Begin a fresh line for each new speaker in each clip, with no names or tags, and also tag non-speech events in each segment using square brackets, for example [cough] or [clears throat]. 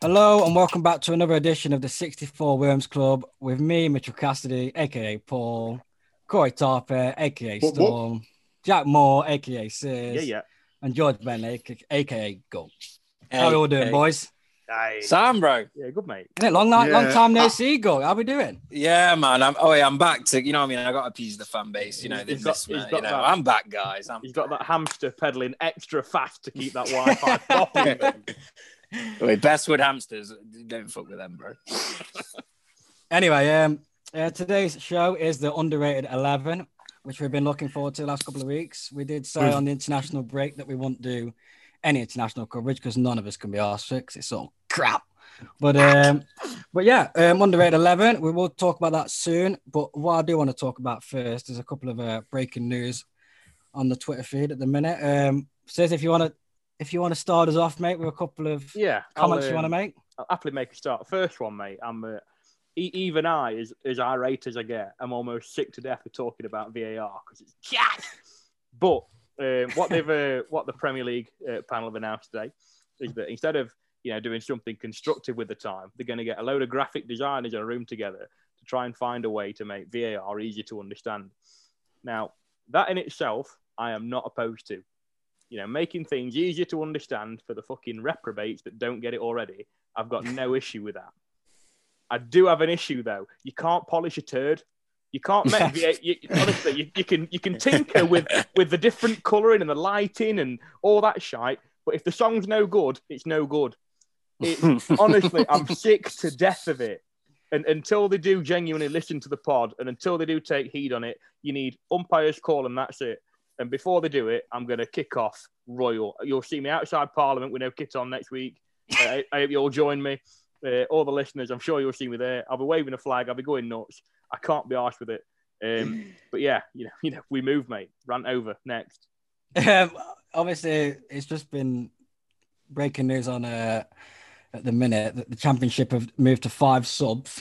Hello and welcome back to another edition of the 64 Worms Club with me, Mitchell Cassidy, aka Paul, Corey Torpe, aka
Whoop, whoop.
Storm, Jack Moore, aka Sears,
Yeah, yeah.
and George Ben, aka, aka Gulp. How are you all doing, boys?
Aye.
Sam, bro.
yeah, good mate.
Isn't it long, night, long
Yeah.
time no
Ah.
see, Gulp? How we doing?
Yeah, man. I'm. Oh, yeah, I'm back to. You know, what I mean, I got to appease the fan base. You know,
He's-
they
he's got-
miss me.
he's
You
got
know,
that.
I'm back, guys. I'm.
He's got that hamster pedaling extra fast to keep that Wi-Fi popping.
Wait, Bestwood hamsters. Don't fuck with them, bro.
Anyway, um, uh, today's show is the underrated 11, which we've been looking forward to the last couple of weeks. We did say
Mm.
on the international break that we won't do any international coverage because none of us can be arsed because it's all crap. But um, but yeah, um, underrated 11. We will talk about that soon. But what I do want to talk about first is a couple of uh, breaking news on the Twitter feed at the minute. Um, says if you want to if you want to start us off, mate, with a couple of
yeah.
comments
I'll,
you
um,
want to make.
I'll happily make a start. First one, mate. I'm uh, e- even I, as as irate as I get, I'm almost sick to death of talking about VAR because it's jack. But um, what they've uh, what the Premier League uh, panel have announced today is that instead of you know doing something constructive with the time, they're going to get a load of graphic designers in a room together to try and find a way to make VAR easier to understand. Now, that in itself, I am not opposed to. You know, making things easier to understand for the fucking reprobates that don't get it already I've got no issue with that. I do have an issue though. You can't polish a turd. You can't make the, you, you- honestly. You, you can you can tinker with with the different colouring and the lighting and all that shite. But if the song's no good, it's no good. It, honestly, I'm sick to death of it. And until they do genuinely listen to the pod, and until they do take heed on it, you need umpires call, and that's it. And before they do it, I'm going to kick off royal. You'll see me outside Parliament with no kit on next week. Uh, I, I hope you all join me. Uh, all the listeners, I'm sure you'll see me there. I'll be waving a flag. I'll be going nuts. I can't be arsed with it. Um,
[clears throat]
but yeah, you know, [laughs] you know, we move, mate. Rant over next.
Um, obviously, it's just been breaking news on uh, at the minute that the championship have moved to five subs,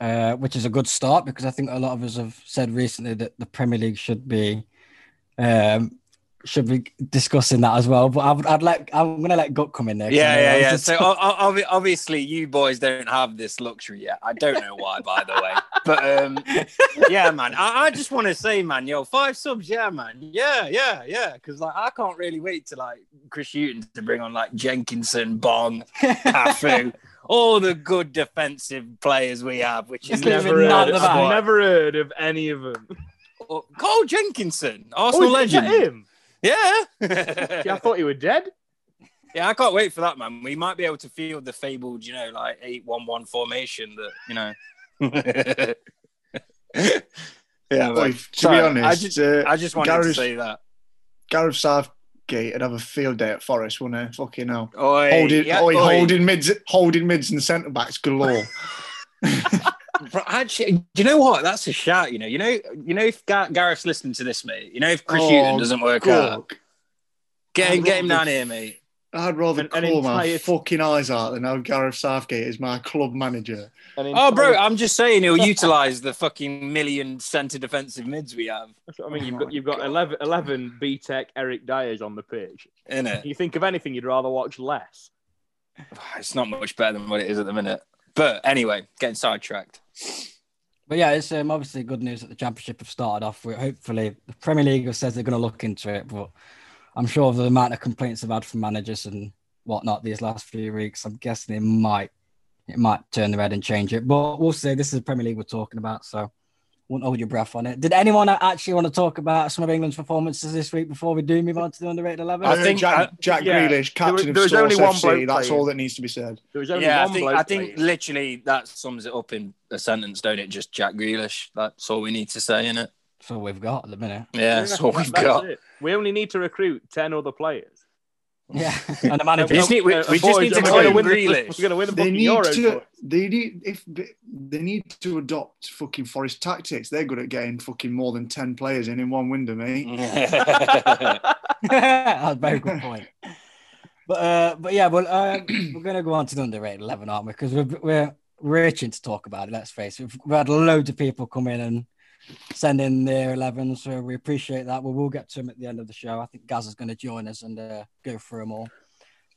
uh, which is a good start because I think a lot of us have said recently that the Premier League should be um, should be discussing that as well. But I would, I'd like I'm going to let Gut come in there. 'cause I
yeah,
know
yeah,
I'm
yeah.
just-
So
[laughs]
o- o- obvi- obviously, you boys don't have this luxury yet. I don't know why, by the way. But um,
[laughs]
yeah, man. I, I just want to say, man, yo, five subs, yeah, man, yeah, yeah, yeah. Because like, I can't really wait to like Chris Hutton to bring on like Jenkinson, Bong,
[laughs]
Cafu, all the good defensive players we have, which is
Just leave it
never
none
heard.
of
of
the
I've
back.
Never...
never heard of any of them.
Cole Jenkinson, Arsenal
Oh,
is that
legend.
him?
Yeah.
Yeah, I thought you were dead.
Yeah, I can't wait for that, man. We might be able to field the fabled, you know, like eight-one-one formation that, you
[laughs]
know. yeah, man.
Boy, to
Sorry,
be honest,
I just,
uh,
I just wanted to
Gareth-
say that.
Gareth Southgate would have a field day at Forest, wouldn't he? Fucking hell.
Oi,
holding,
yeah,
oi,
oi.
holding mids, holding mids and centre backs
[laughs]
galore.
Bro, Actually, do you know what? That's a shout. You know, you know, you know. If Gar- Gareth's listening to this, mate, you know, if Chris
Oh,
Hutton doesn't work out,
Cork.
get him,
I
get him
love
down
this. [laughs]
here, mate.
I'd rather
An- an
call my
entire-
fucking eyes out than have Gareth Southgate as my club manager.
An
Oh, bro,
entire-
I'm just saying he'll utilize the fucking million centre defensive mids we have
That's what I mean,
Oh
you've
my
got you've got 11, 11 B Tech Eric Dyers on the pitch.
in
Can
it.
you think of anything you'd rather watch less?
It's not much better than what it is at the minute. But anyway, getting sidetracked.
But yeah, it's um, obviously good news that the championship have started off with. Hopefully, the Premier League have says they're going to look into it, but I'm sure of the amount of complaints I've had from managers and whatnot these last few weeks, I'm guessing it might it might turn the red and change it. But we'll see. This is the Premier League we're talking about, so won't hold your breath on it. Did anyone actually want to talk about some of England's performances this week before we do move on to the underrated 11?
I
Uh,
think-
Jack,
I-
Jack
yeah.
Grealish,
There was-
captain
there was
of
only one
Source
bloke
FC. That's
playing.
all that needs to be said.
There was only
yeah, I
one
think
bloke
I think
playing.
literally that sums it up in a sentence, don't it? Just Jack Grealish. That's all we need to say in it.
That's all we've got at the minute.
Yeah, that's all
that- [laughs]
we've
that's
got.
it. We only need to recruit ten other players.
Yeah, [laughs] and the
We
manager.
just need, we,
Uh,
we just
boys,
need to
we're gonna
claim
win the-
Grealish.
We're going to win the
They
fucking
need
Euro.
to.
boys.
They need if they need to adopt fucking Forest tactics. They're good at getting fucking more than ten players in in one window, mate.
[laughs]
[laughs]
That's a very good point. But uh, but yeah, well, uh, we're going to go on to the underrated eleven, aren't we? Because we're we're we're itching to talk about it. Let's face it, we've, we've had loads of people come in and send in their eleven, so we appreciate that. We will get to them at the end of the show. I think Gaz is going to join us and uh, go through them all.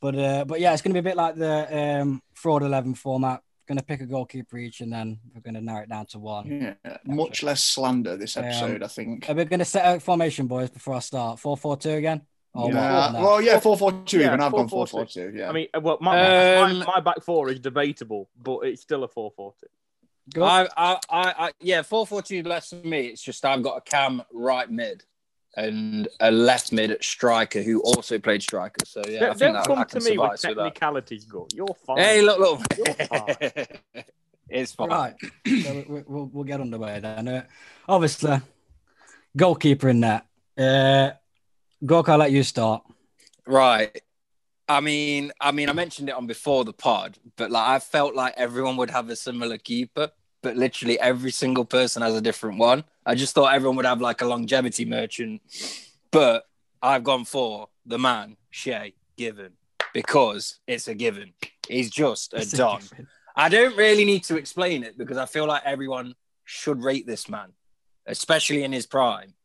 But uh, but yeah, it's going to be a bit like the um, fraud eleven format. Going to pick a goalkeeper each, and then we're going to narrow it down to one.
Yeah, much less slander this
Um,
episode, I think.
Are we going to set out formation, boys, before I start? Four four two again? Or
yeah.
what? oh, No.
Well, yeah, four four two.
Yeah,
even I've gone four
4-4-2.
four two. Yeah.
I mean, well, my,
Um,
my, my back four is debatable, but it's still a 440.
Go.
I, I, I, I, yeah, four four two less for me. It's just I've got a cam right mid and a left mid at striker who also played striker. So yeah, I
don't don't
think that, I
come
can
to me with
suffice with that.
technicalities, go. You're fine.
Hey, look, look,
You're
[laughs]
fine.
it's fine.
Right. [clears throat] so we, we, we'll, we'll get underway then. Uh, obviously, goalkeeper in that. Uh, Gorka, I'll let you start.
Right. I mean, I mean, I mentioned it on before the pod, but like I felt like everyone would have a similar keeper, but literally every single person has a different one. I just thought everyone would have like a longevity merchant, but I've gone for the man Shea Given because it's a given. He's just a don. I don't really need to explain it because I feel like everyone should rate this man, especially in his prime.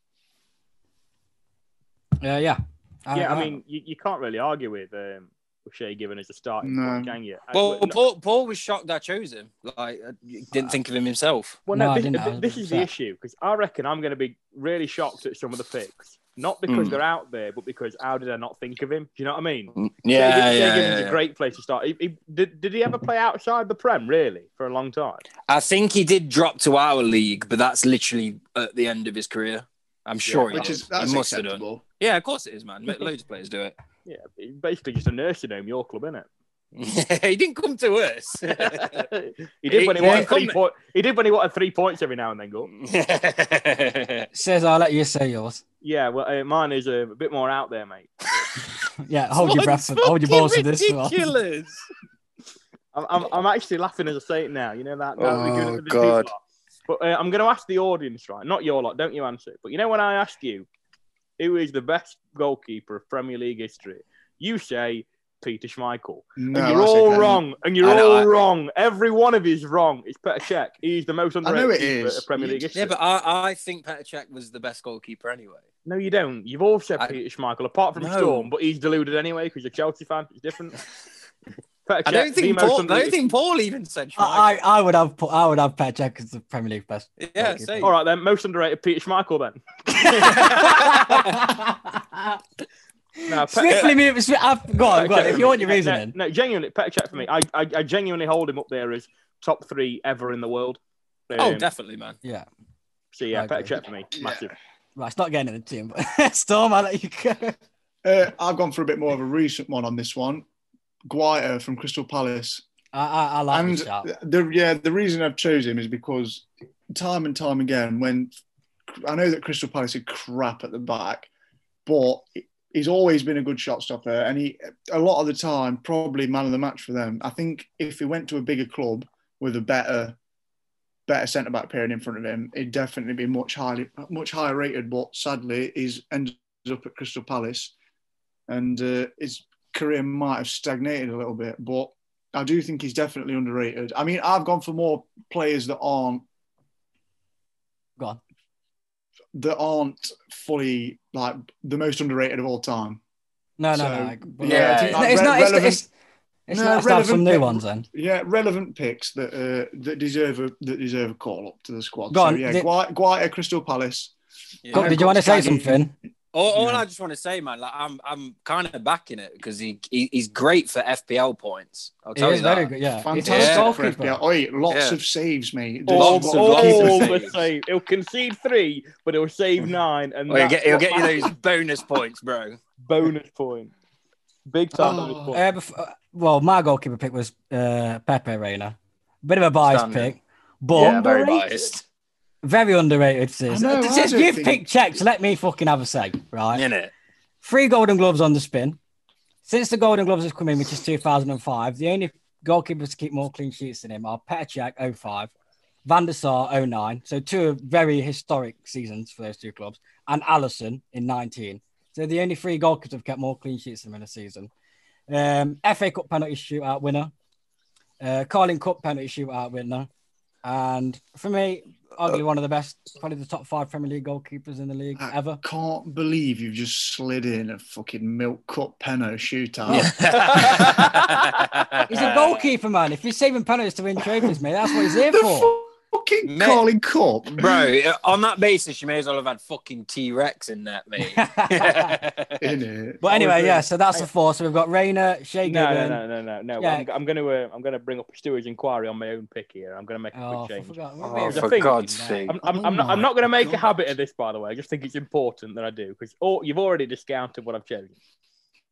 Uh, yeah.
yeah, I, mean, you, you can't really argue with um, with Shea given as a starting
No.
point, can you? Uh, I-
Well,
no-
Paul, Paul was shocked I chose him. Like, I didn't think of him himself.
Well,
No,
no,
I
this,
didn't. I
th-
was
this is the
upset.
issue because I reckon I'm going to be really shocked at some of the picks, not because
Mm.
they're out there, but because how did I not think of him? Do you know what I mean? Shea
Yeah, yeah,
Given- Shea
yeah,
Given's
yeah.
a great place to start. He, he- did, did he ever play outside the Prem really for a long time?
I think he did drop to our league, but that's literally at the end of his career. I'm sure he,
which
did.
is that's
he must have done.
acceptable.
Yeah, of course it is, man. Loads of players do it. [laughs]
Yeah, he's basically just a nursing home, your club, innit? [laughs]
he didn't come to us.
he did
He-
when he
yeah,
wanted
come-
three point, He did when he wanted three points every now and then. Go.
says I'll let you say yours. [laughs]
Yeah, well, uh, mine is uh, a bit more out there, mate.
Yeah, hold your breath. Hold your balls for this one.
Ridiculous.
I'm, I'm, I'm actually laughing as I say it now. You know that. that
Oh,
good at the
God.
deep lot. But uh, I'm going to ask the audience, right? Not your lot. Don't you answer it. But you know when I ask you, who is the best goalkeeper of Premier League history? You say Peter Schmeichel.
No,
And
I
you're
say
all
that.
wrong. And you're
I know,
all
I-
wrong. Every one of you is wrong. It's Petr Cech. He's the most
know
underrated
it
keeper
is.
of Premier League history.
Yeah, but I, I think Petr Cech was the best goalkeeper anyway.
No, you don't. You've all said
I-
Peter Schmeichel, apart from
No.
Storm, but he's deluded anyway because you're a Chelsea fan. It's
[laughs]
different. Petr
I
Cech,
don't
the
think
most
Paul. I don't
underrated-
think Paul even said.
[laughs] I, I, I would have put I would have Petr Cech as the Premier League best.
[laughs] Schmeichel. yeah,
goalkeeper.
same.
All right, then. Most underrated Peter Schmeichel, then. No, Pe-
Swiftly move. Swi- I've,
Oh,
go on,
Petr
go on.
Cech-
If you want your
no,
reasoning,
No, genuinely, Petr Cech for me. I, I, I genuinely hold him up there as top three ever in the world.
Oh,
Um,
definitely, man.
yeah.
So, yeah,
I
Petr
agree.
Cech for me.
Yeah.
Massive.
Right, it's not getting in the team, but [laughs] Storm, I'll let you go.
Uh, I've gone for a bit more of a recent one on this one. Guaita from Crystal Palace.
I, I, I like
and
this shout.
the yeah, the reason I've chosen him is because time and time again, when I know that Crystal Palace are crap at the back, but he's always been a good shot stopper, and he a lot of the time probably man of the match for them. I think if he went to a bigger club with a better better centre back pairing in front of him, he'd definitely be much highly much higher rated. But sadly, he's ended up at Crystal Palace, and uh, his career might have stagnated a little bit, but. I do think he's definitely underrated. I mean, I've gone for more players that aren't
Go on.
that aren't fully like the most underrated of all time.
No, no,
So,
no. like, but-
yeah,
it's, not, it's, not, it's,
relevant-
it's, it's
No,
nice to have some
relevant
new
pick-
ones then.
Yeah, relevant picks that uh, that deserve a that deserve a call up to the squad.
Go on,
So, yeah,
the-
Gua- Guaita, Crystal Palace.
Yeah.
Go-
I've
did you
got
want to say
Skaggy.
something?
All, all
Yeah.
I just want to say, man, like I'm, I'm kind of backing it because he, he, he's great for FPL points. I'll
He
tell
is
you that.
very good. Yeah, He's a
Fantastic
goalkeeper.
for FPL. Oi, lots
Yeah.
of saves, mate.
All,
Lots
There's
of-
all
lots of
the
saves.
save. He'll concede three, but he'll
[laughs]
save nine. And
Well, he'll
that's
get, he'll
what
get you
matters.
those bonus points, bro.
bonus point. Big time
Oh.
bonus point.
Uh, before, well, my goalkeeper pick was uh, Pepe Reina. Bit of a biased
Standard.
pick, but
yeah, very
Underrated.
biased.
Very underrated. Sis.
I know, I
Since
don't
you've
think-
picked checks, let me fucking have a say, right? [laughs]
In it.
Three Golden Gloves on the spin. Since the Golden Gloves have come in, which is 2005, the only goalkeepers to keep more clean sheets than him are Petr Cech, 05, Van der Sar, 09. So two very historic seasons for those two clubs. And Allison in 19. So the only three goalkeepers have kept more clean sheets than him in a season. Um, FA Cup penalty shootout winner. Uh, Carling Cup penalty shootout winner. And for me, arguably one of the best, probably the top five Premier League goalkeepers in the league
I-
ever.
Can't believe you've just slid in a fucking milk cup penno shootout. [laughs]
oh. He's
Uh,
a goalkeeper, man. If you're saving penalties to win trophies, mate, that's what he's here for.
the fucking
Mate.
Carling Cup.
[laughs] Bro, on that basis, you may as well have had fucking T Rex in that,
[laughs]
mate. [laughs]
In it.
But anyway,
agree.
yeah. So that's the four. So we've got Rayner,
No,
Shea
no,
Given.
no, no, no, no.
Yeah.
I'm, I'm going to uh, I'm going to bring up a steward's inquiry on my own pick here. I'm going to make a
Oh,
quick
I
change.
forgot. We're
oh,
being
The
for
thing-
God's
fucking
sake.
I'm, I'm, I'm
Oh
not, I'm
my
not going to make a
God.
habit of this, by the way. I just think it's important that I do because oh, you've already discounted what I've chosen.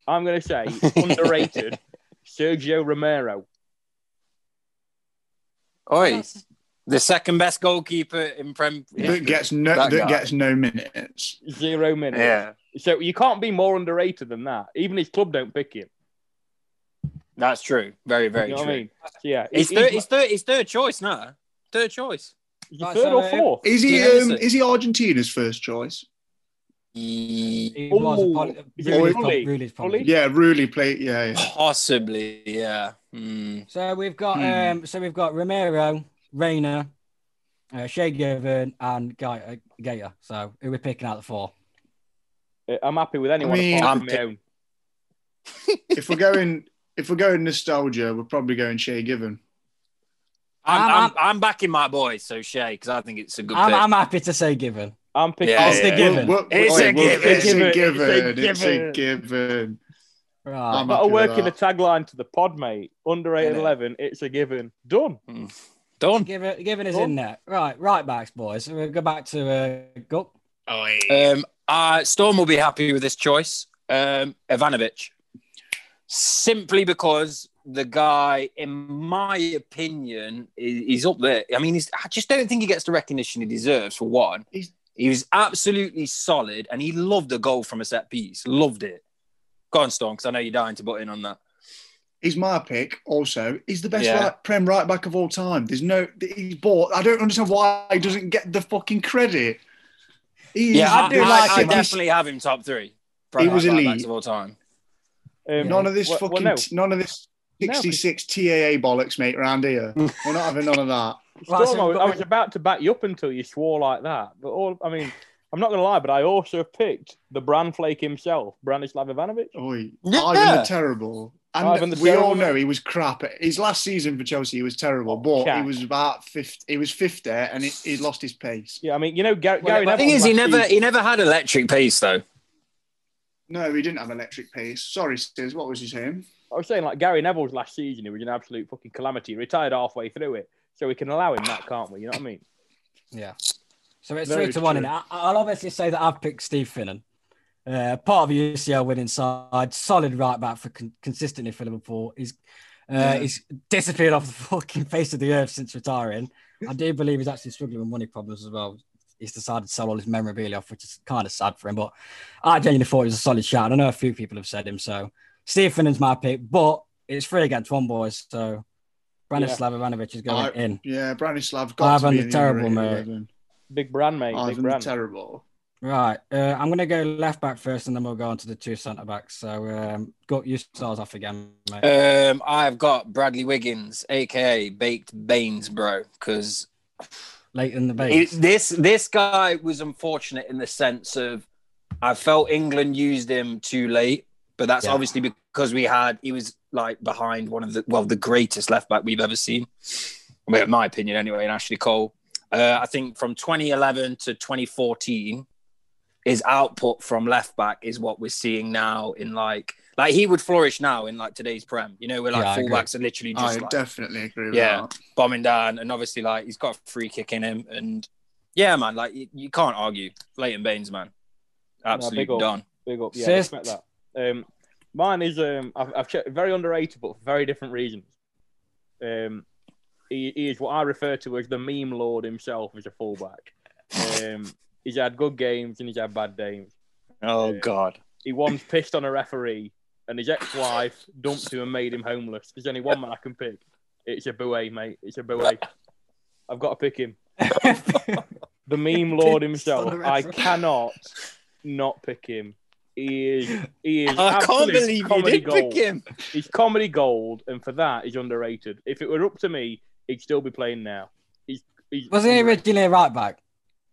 I'm going to say underrated Sergio Romero.
Oi,
nuts.
the second best goalkeeper in Prem.
That gets no
That
that,
guy.
gets no minutes.
Zero minutes.
Yeah,
So you can't be more underrated than that. Even his club don't pick him.
that's true. Very,
You
very
know
true.
what I mean? So, yeah.
It's
he's-
third,
he's
it's third, it's third choice now. Third choice.
Right,
third
so,
or
uh,
fourth.
Is he
Yeah,
um,
listen.
is he Argentina's first choice?
He was
Ooh.
a poly-
Is
it
Rooney's
Rooney?
prob- Rooney's probably.
Yeah, Ruley played. Yeah, yeah.
[laughs] Possibly, yeah. Mm.
So we've got
Hmm.
um, so we've got Romero, Rayner, uh, Shea Given, and Guy uh, Gaeta. So who are we picking out of the four?
Uh, I'm happy with anyone
mean-
apart
I'm
from
pick-
my own.
if we're going if we're going nostalgia, we're probably going Shea Given.
I'm,
I'm-
I'm, I'm, backing my boy, so Shay, because I think it's a good
I'm,
pick.
I'm happy to say Given.
I'm picking.
Yeah,
It's a
yeah.
given.
We're- we're-
It's a
we're-
given.
It's a given.
It's a
It's a
given.
given.
Right.
I'm
That'll
happy with
work in the
that.
tagline to the pod, mate. Underrated
Innit?
11, it's a given. Done.
Done.
Given, given is in there. Right, right backs, boys. So we'll go back to uh, Gup.
Um, uh, Storm will be happy with this choice. Um, Ivanovic. Simply because the guy, in my opinion, is, he's up there. I mean, he's, I just don't think he gets the recognition he deserves, for one.
He's-
he was absolutely solid and he loved a goal from a set piece. Loved it. Go on, Storm, because I know you're dying to butt in on that.
He's my pick. Also, he's the best
Yeah.
right, prem right back of all time. There's no he's bought. I don't understand why he doesn't get the fucking credit. He is-
yeah, I,
I do
I-
like
I
him.
definitely have him top three.
He was
right
elite.
backs of all time.
Um,
None of this
well- well,
fucking
no.
none of this
No,
66 TAA bollocks, mate. Round
[laughs]
here, we're not having none of that.
Right, so
Storm, I,
we've
was,
got-
I was about to back you up until you swore like that. But all I mean, I'm not gonna lie, but I also picked the brand flake himself, Branislav Ivanovic.
Oi,
Yeah.
Ivan the Terrible. And
Ivan the
we all
Terrible.
know he was crap. His last season for Chelsea, he was terrible, but he
Shaq.
was about fifth. He was fifth there, and he, he lost his pace.
Yeah, I mean, you know, Gar-
Well,
Gary
the
Neville.
The thing is, he
last
never
season-
he never had electric pace though.
No, he didn't have electric pace. Sorry, Stiz, what was his name?
I was saying, like Gary Neville's last season, he was an absolute fucking calamity. He retired halfway through it, so we can allow him that, can't we? You know what I mean?
Yeah. So it's
Very
three to one.
true.
And I, I'll obviously say that I've picked Steve Finnan. Uh, part of the UCL winning side, solid right back for con- consistently for Liverpool. He's uh,
Yeah.
he's disappeared off the [laughs] fucking face of the earth since retiring. I do believe he's actually struggling with money problems as well. He's decided to sell all his memorabilia off, which is kind of sad for him. But I genuinely thought he was a solid shout. And I know a few people have said him, so Steve Finnan's my pick. But it's three against one, boys. So Branislav Ivanovic is going
I-
in.
Yeah, Branislav got
Ivan
to be
the
in
Terrible,
underrated
mate.
11.
Big brand, mate. Big
Ivan the
brand.
Terrible.
Right. Uh, I'm going to go left back first and then we'll go on to the two centre backs. So, um, got you stars off again, mate.
Uh,
Um, I've got Bradley Wiggins, aka Baked Baines, bro, because
Late in the base.
this this guy was unfortunate in the sense of I felt England used him too late, but that's
Yeah.
obviously because we had he was like behind one of the well the greatest left back we've ever seen, well, in my opinion anyway, and Ashley Cole. Uh, I think from 2011 to 2014, his output from left back is what we're seeing now in like like he would flourish now in like today's prem. You know, where like
Yeah, I agree.
fullbacks are literally
I
just like,
definitely agree with
Yeah.
that.
bombing down, and obviously like he's got a free kick in him, and yeah, man, like you, you can't argue. Leighton Baines, man, absolutely
big up.
done.
Big up. Yeah,
Sis-
respect that. Um, mine is um, I've, I've checked very underrated, but for very different reasons. Um, he, he is what I refer to as the meme lord himself as a fullback. Um, he's had good games and he's had bad games.
Oh God,
He once pissed on a referee, and his ex-wife dumped him and made him homeless. There's only one man I can pick. It's a bouet, mate. It's a bouet. I've got to pick him. The meme lord
Pissed
himself.
on a
I
referee.
cannot not pick him. He is. He is.
I can't
absolute
believe you
comedy
did
gold.
pick him.
He's comedy gold, and for that, he's underrated. If it were up to me, he'd still be playing now. He's He's-
[laughs] Was
[laughs]
he
he's-
originally a right back?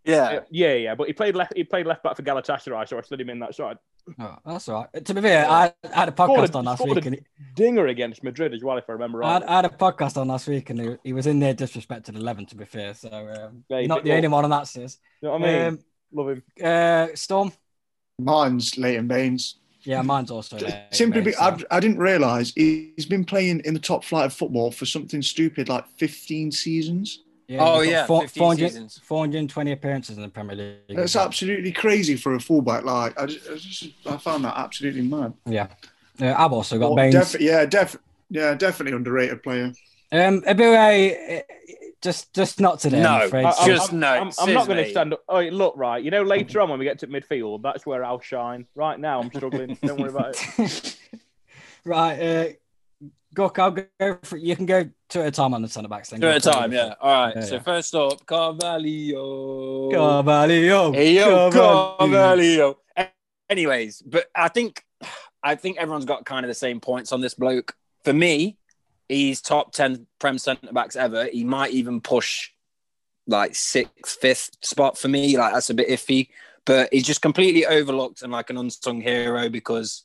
Yeah.
Uh, yeah, yeah, but he played left. He played left back for Galatasaray, so I slid him in that side.
Oh, that's all right. To be fair, I, I had a podcast
Scored a-
on last
scored
week,
a-
and he,
Dinger against Madrid as well, if I remember
I,
[laughs] right.
had, I had a podcast on last week, and he, he was in there disrespected eleven. To be fair, so um,
Yeah, he
not
picked
the
up.
only one on that says.
You know what I mean?
Um,
Love him.
uh, Storm.
Mine's Leighton Baines.
Yeah, mine's also there.
Simply,
mate,
be,
so-
I've, I didn't realise he- he's been playing in the top flight of football for something stupid like 15 seasons.
yeah,
Oh,
he's got
yeah,
four-
15
400
seasons.
420 appearances in the Premier League.
That's absolutely crazy for a fullback. Like I, just, I, just, I found that absolutely mad.
Yeah, uh, I've also got
Or
Baines.
defi- yeah, def- yeah, definitely underrated player.
Um, Ibue, uh, just just not today.
No,
I'm afraid.
I- I'm-
just
I'm,
no,
I'm, I'm not going to
seriously.
stand up. Oh, it look right. You know, later on when we get to midfield, that's where I'll shine. Right now, I'm struggling. Don't worry about it.
[laughs] right, uh, Gok, I'll go. For, you can go two at a time on the centre backs. Then
Two at a
Go
time, yeah. All right.
Yeah,
so
yeah.
first up, Carvalho.
Carvalho.
Hey, yo,
Carvalho.
Carvalho. A- Anyways, but I think I think everyone's got kind of the same points on this bloke. For me, he's top ten prem centre backs ever. He might even push like sixth, fifth spot for me. Like that's a bit iffy, but he's just completely overlooked and like an unsung hero because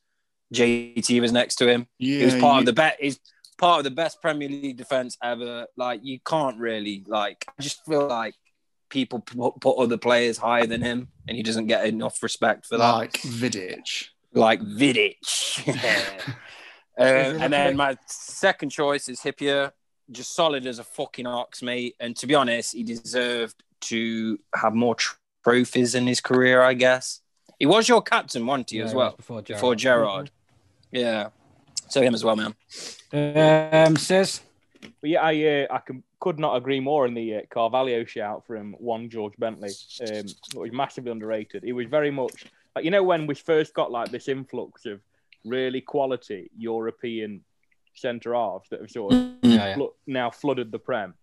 JT was next to him.
Yeah,
He was part
you-
of the bet. He's part of the best Premier League defense ever. Like you can't really like. I just feel like people put, put other players higher than him, and he doesn't get enough respect for that.
like Vidic.
Like Vidic. Uh, and then my second choice is Hippier. Just solid as a fucking ox, mate. And to be honest, he deserved to have more tr- trophies in his career, I guess. He was your captain, wasn't he,
Yeah,
as
it
well?
was Before Gerard.
Before Gerard. Yeah. So him as well, man.
Um, says
But yeah, I uh, I can, could not agree more in the uh, Carvalho shout from one George Bentley. Um, was massively underrated. He was very much like you know when we first got like this influx of really quality European centre halves that have sort of
Mm.
yeah, yeah.
flo- now flooded the prem.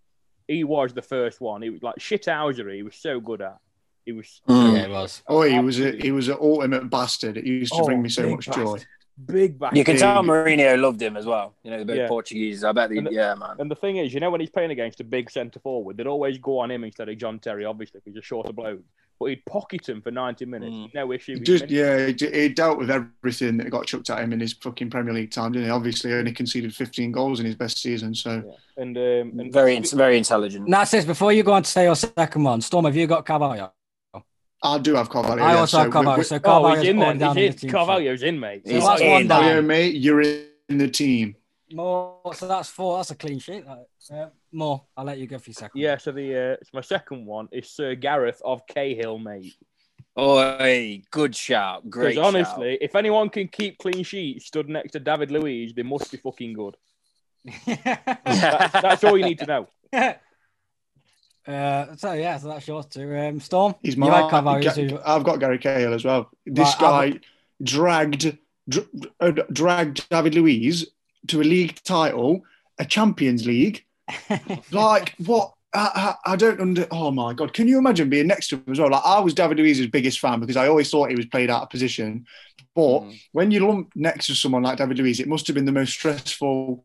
He was the first one. He was like shithousery. He was so good at. He was
yeah, it was.
Oh, he was a he was an ultimate bastard. It used to
Oh,
bring me so
big
much joy.
big back.
You can tell
Big.
Mourinho loved him as well. You know, they're both
Yeah.
Portuguese. I bet they,
And the-
yeah, man.
And the thing is, you know, when he's playing against a big centre forward, they'd always go on him instead of John Terry, obviously, 'cause he's a shorter bloke. But he'd pocket him for 90 minutes,
Mm.
no issue.
He
He'd
just
miss-
yeah, he, d- he dealt with everything that got chucked at him in his fucking Premier League time, didn't he? Obviously, only conceded 15 goals in his best season. So
And, um, and
Very, int- very intelligent.
Now says before you go on to say your second one, Storm, have you got Carvalho?
I do have Carvalho.
I
yeah,
also
so
have Carvalho.
we- we-
so
oh,
Carvalho's
he's in there.
already down in the
He's
team
in.
sheet.
Carvalho's in, mate.
So
He's
that's
in.
one down.
Carvalho, mate, you're in the team.
More, so that's four. That's a clean sheet. Uh, more. I'll let you go for your second.
Yeah, so the uh, so my second one is Sir Gareth of Cahill, mate.
Oi, good shout. Great.
Because
shout.
honestly, if anyone can keep clean sheets stood next to David Luiz, they must be fucking good. That- that's all you need to know.
[laughs] uh, so yeah, so that's yours too. Um, Storm. [laughs]
He's
you
my.
like Carvalho,
Ga-
so you-
I've got Gary Cahill as well. This
Right, I've-
guy dragged dr- uh, dragged David Luiz to a league title, a Champions League. Like [laughs] what? I, I, I don't under. Oh my god! Can you imagine being next to him as well? Like I was David Luiz's biggest fan because I always thought he was played out of position. But
Mm.
when you lump next to someone like David Luiz, it must have been the most stressful.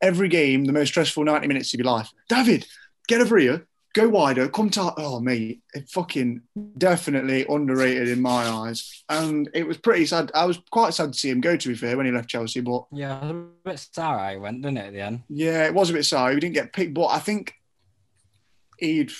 Every game, the most stressful ninety minutes of your life. David, get over here. Go wider. Come to. Oh mate, it fucking definitely underrated in my eyes. And it was pretty sad. I was quite sad to see him go. To be fair, when he left Chelsea, but
yeah, it was a bit sour how he went, didn't it, at the end?
yeah, it was a bit sorry. We didn't get picked, but I think he'd.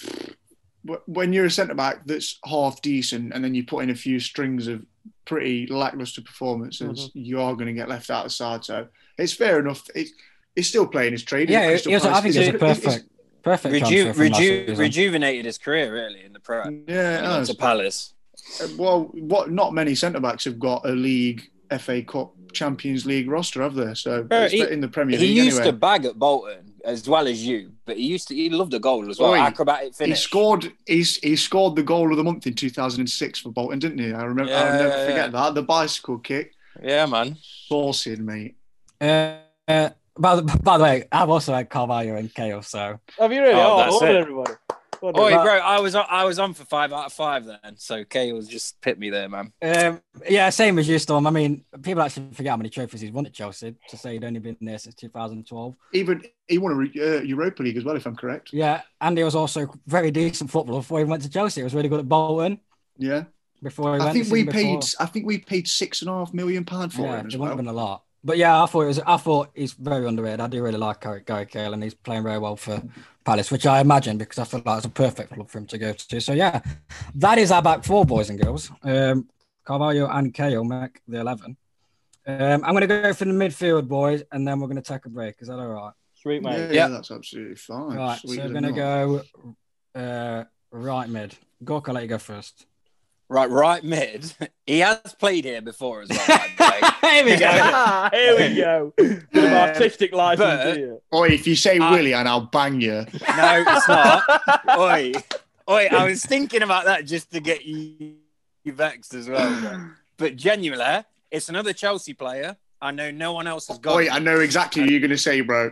When you're a centre back that's half decent, and then you put in a few strings of pretty lacklustre performances, you are going to get left out of side. So it's fair enough. It's he's still playing his trade.
Yeah,
Crystal
he was- I
Palace.
think he was
It's- it's-
perfect. Perfect.
Reju-
transfer from last
reju-
season.
rejuvenated his career, really, in the pro.
it's- Yeah, no,
to Palace.
it's- well, what? Not many centre backs have got a league, FA Cup, Champions League roster, have there? So
Bro,
it's
he-
in the Premier League,
He used
anyway.
to bag at Bolton as well as you, but he used to, he loved a goal as well.
Oi,
Acrobatic
He
finish.
scored. He's, he scored the goal of the month in 2006 for Bolton, didn't he? I remember. I'll
Yeah,
never
yeah,
forget that. The bicycle kick,
Yeah, man.
saucing mate.
Uh, uh, by, the, by the way, I've also had Carvalho and Kale, so
Have you really?
Oh,
Oh,
that's
hold on,
it.
everybody. What
Oi,
about-
bro, I was on, I was on for five out of five then. So Kay was just hit me there, man.
Um, yeah, same as you, Storm. I mean, people actually forget how many trophies he's won at Chelsea. To say he'd only been there since 2012.
Even he won a re- uh, Europa League as well, if I'm correct.
Yeah, and he was also very decent footballer before he went to Chelsea. He was really good at Bolton
Yeah,
before he
I
went.
think
the
we
season
paid.
before.
I think we paid six and a half million pound for
Yeah, it
him as
wouldn't have
well.
been a lot. But yeah, I thought it was. I thought he's very underrated. I do really like Gary, Gary Cahill, and he's playing very well for Palace, which I imagine because I feel like it's a perfect club for him to go to. So yeah, that is our back four, boys and girls. Um, Carvalho and Cahill make the eleven. Um, I'm going to go for the midfield, boys, and then we're going to take a break. Is that all right?
Sweet
Yeah,
mate.
yeah, that's absolutely fine.
right,
Sweet
so
as
we're
a
going to
nut.
go uh, right mid. Gorka, let you go first.
Right, right mid. [laughs] He has played here before as well. by the [laughs] way.
Here we go.
Ah, Here we go. Bit of
Um,
artistic license
but-
here.
Oi, if you say
I-
Willie, and I'll bang you.
No, it's not.
[laughs]
Oi, oi! I was thinking about that just to get you, you vexed as well. Bro. But genuinely, it's another Chelsea player. I know no one else has got.
Oi, I know exactly who you're going to say, bro.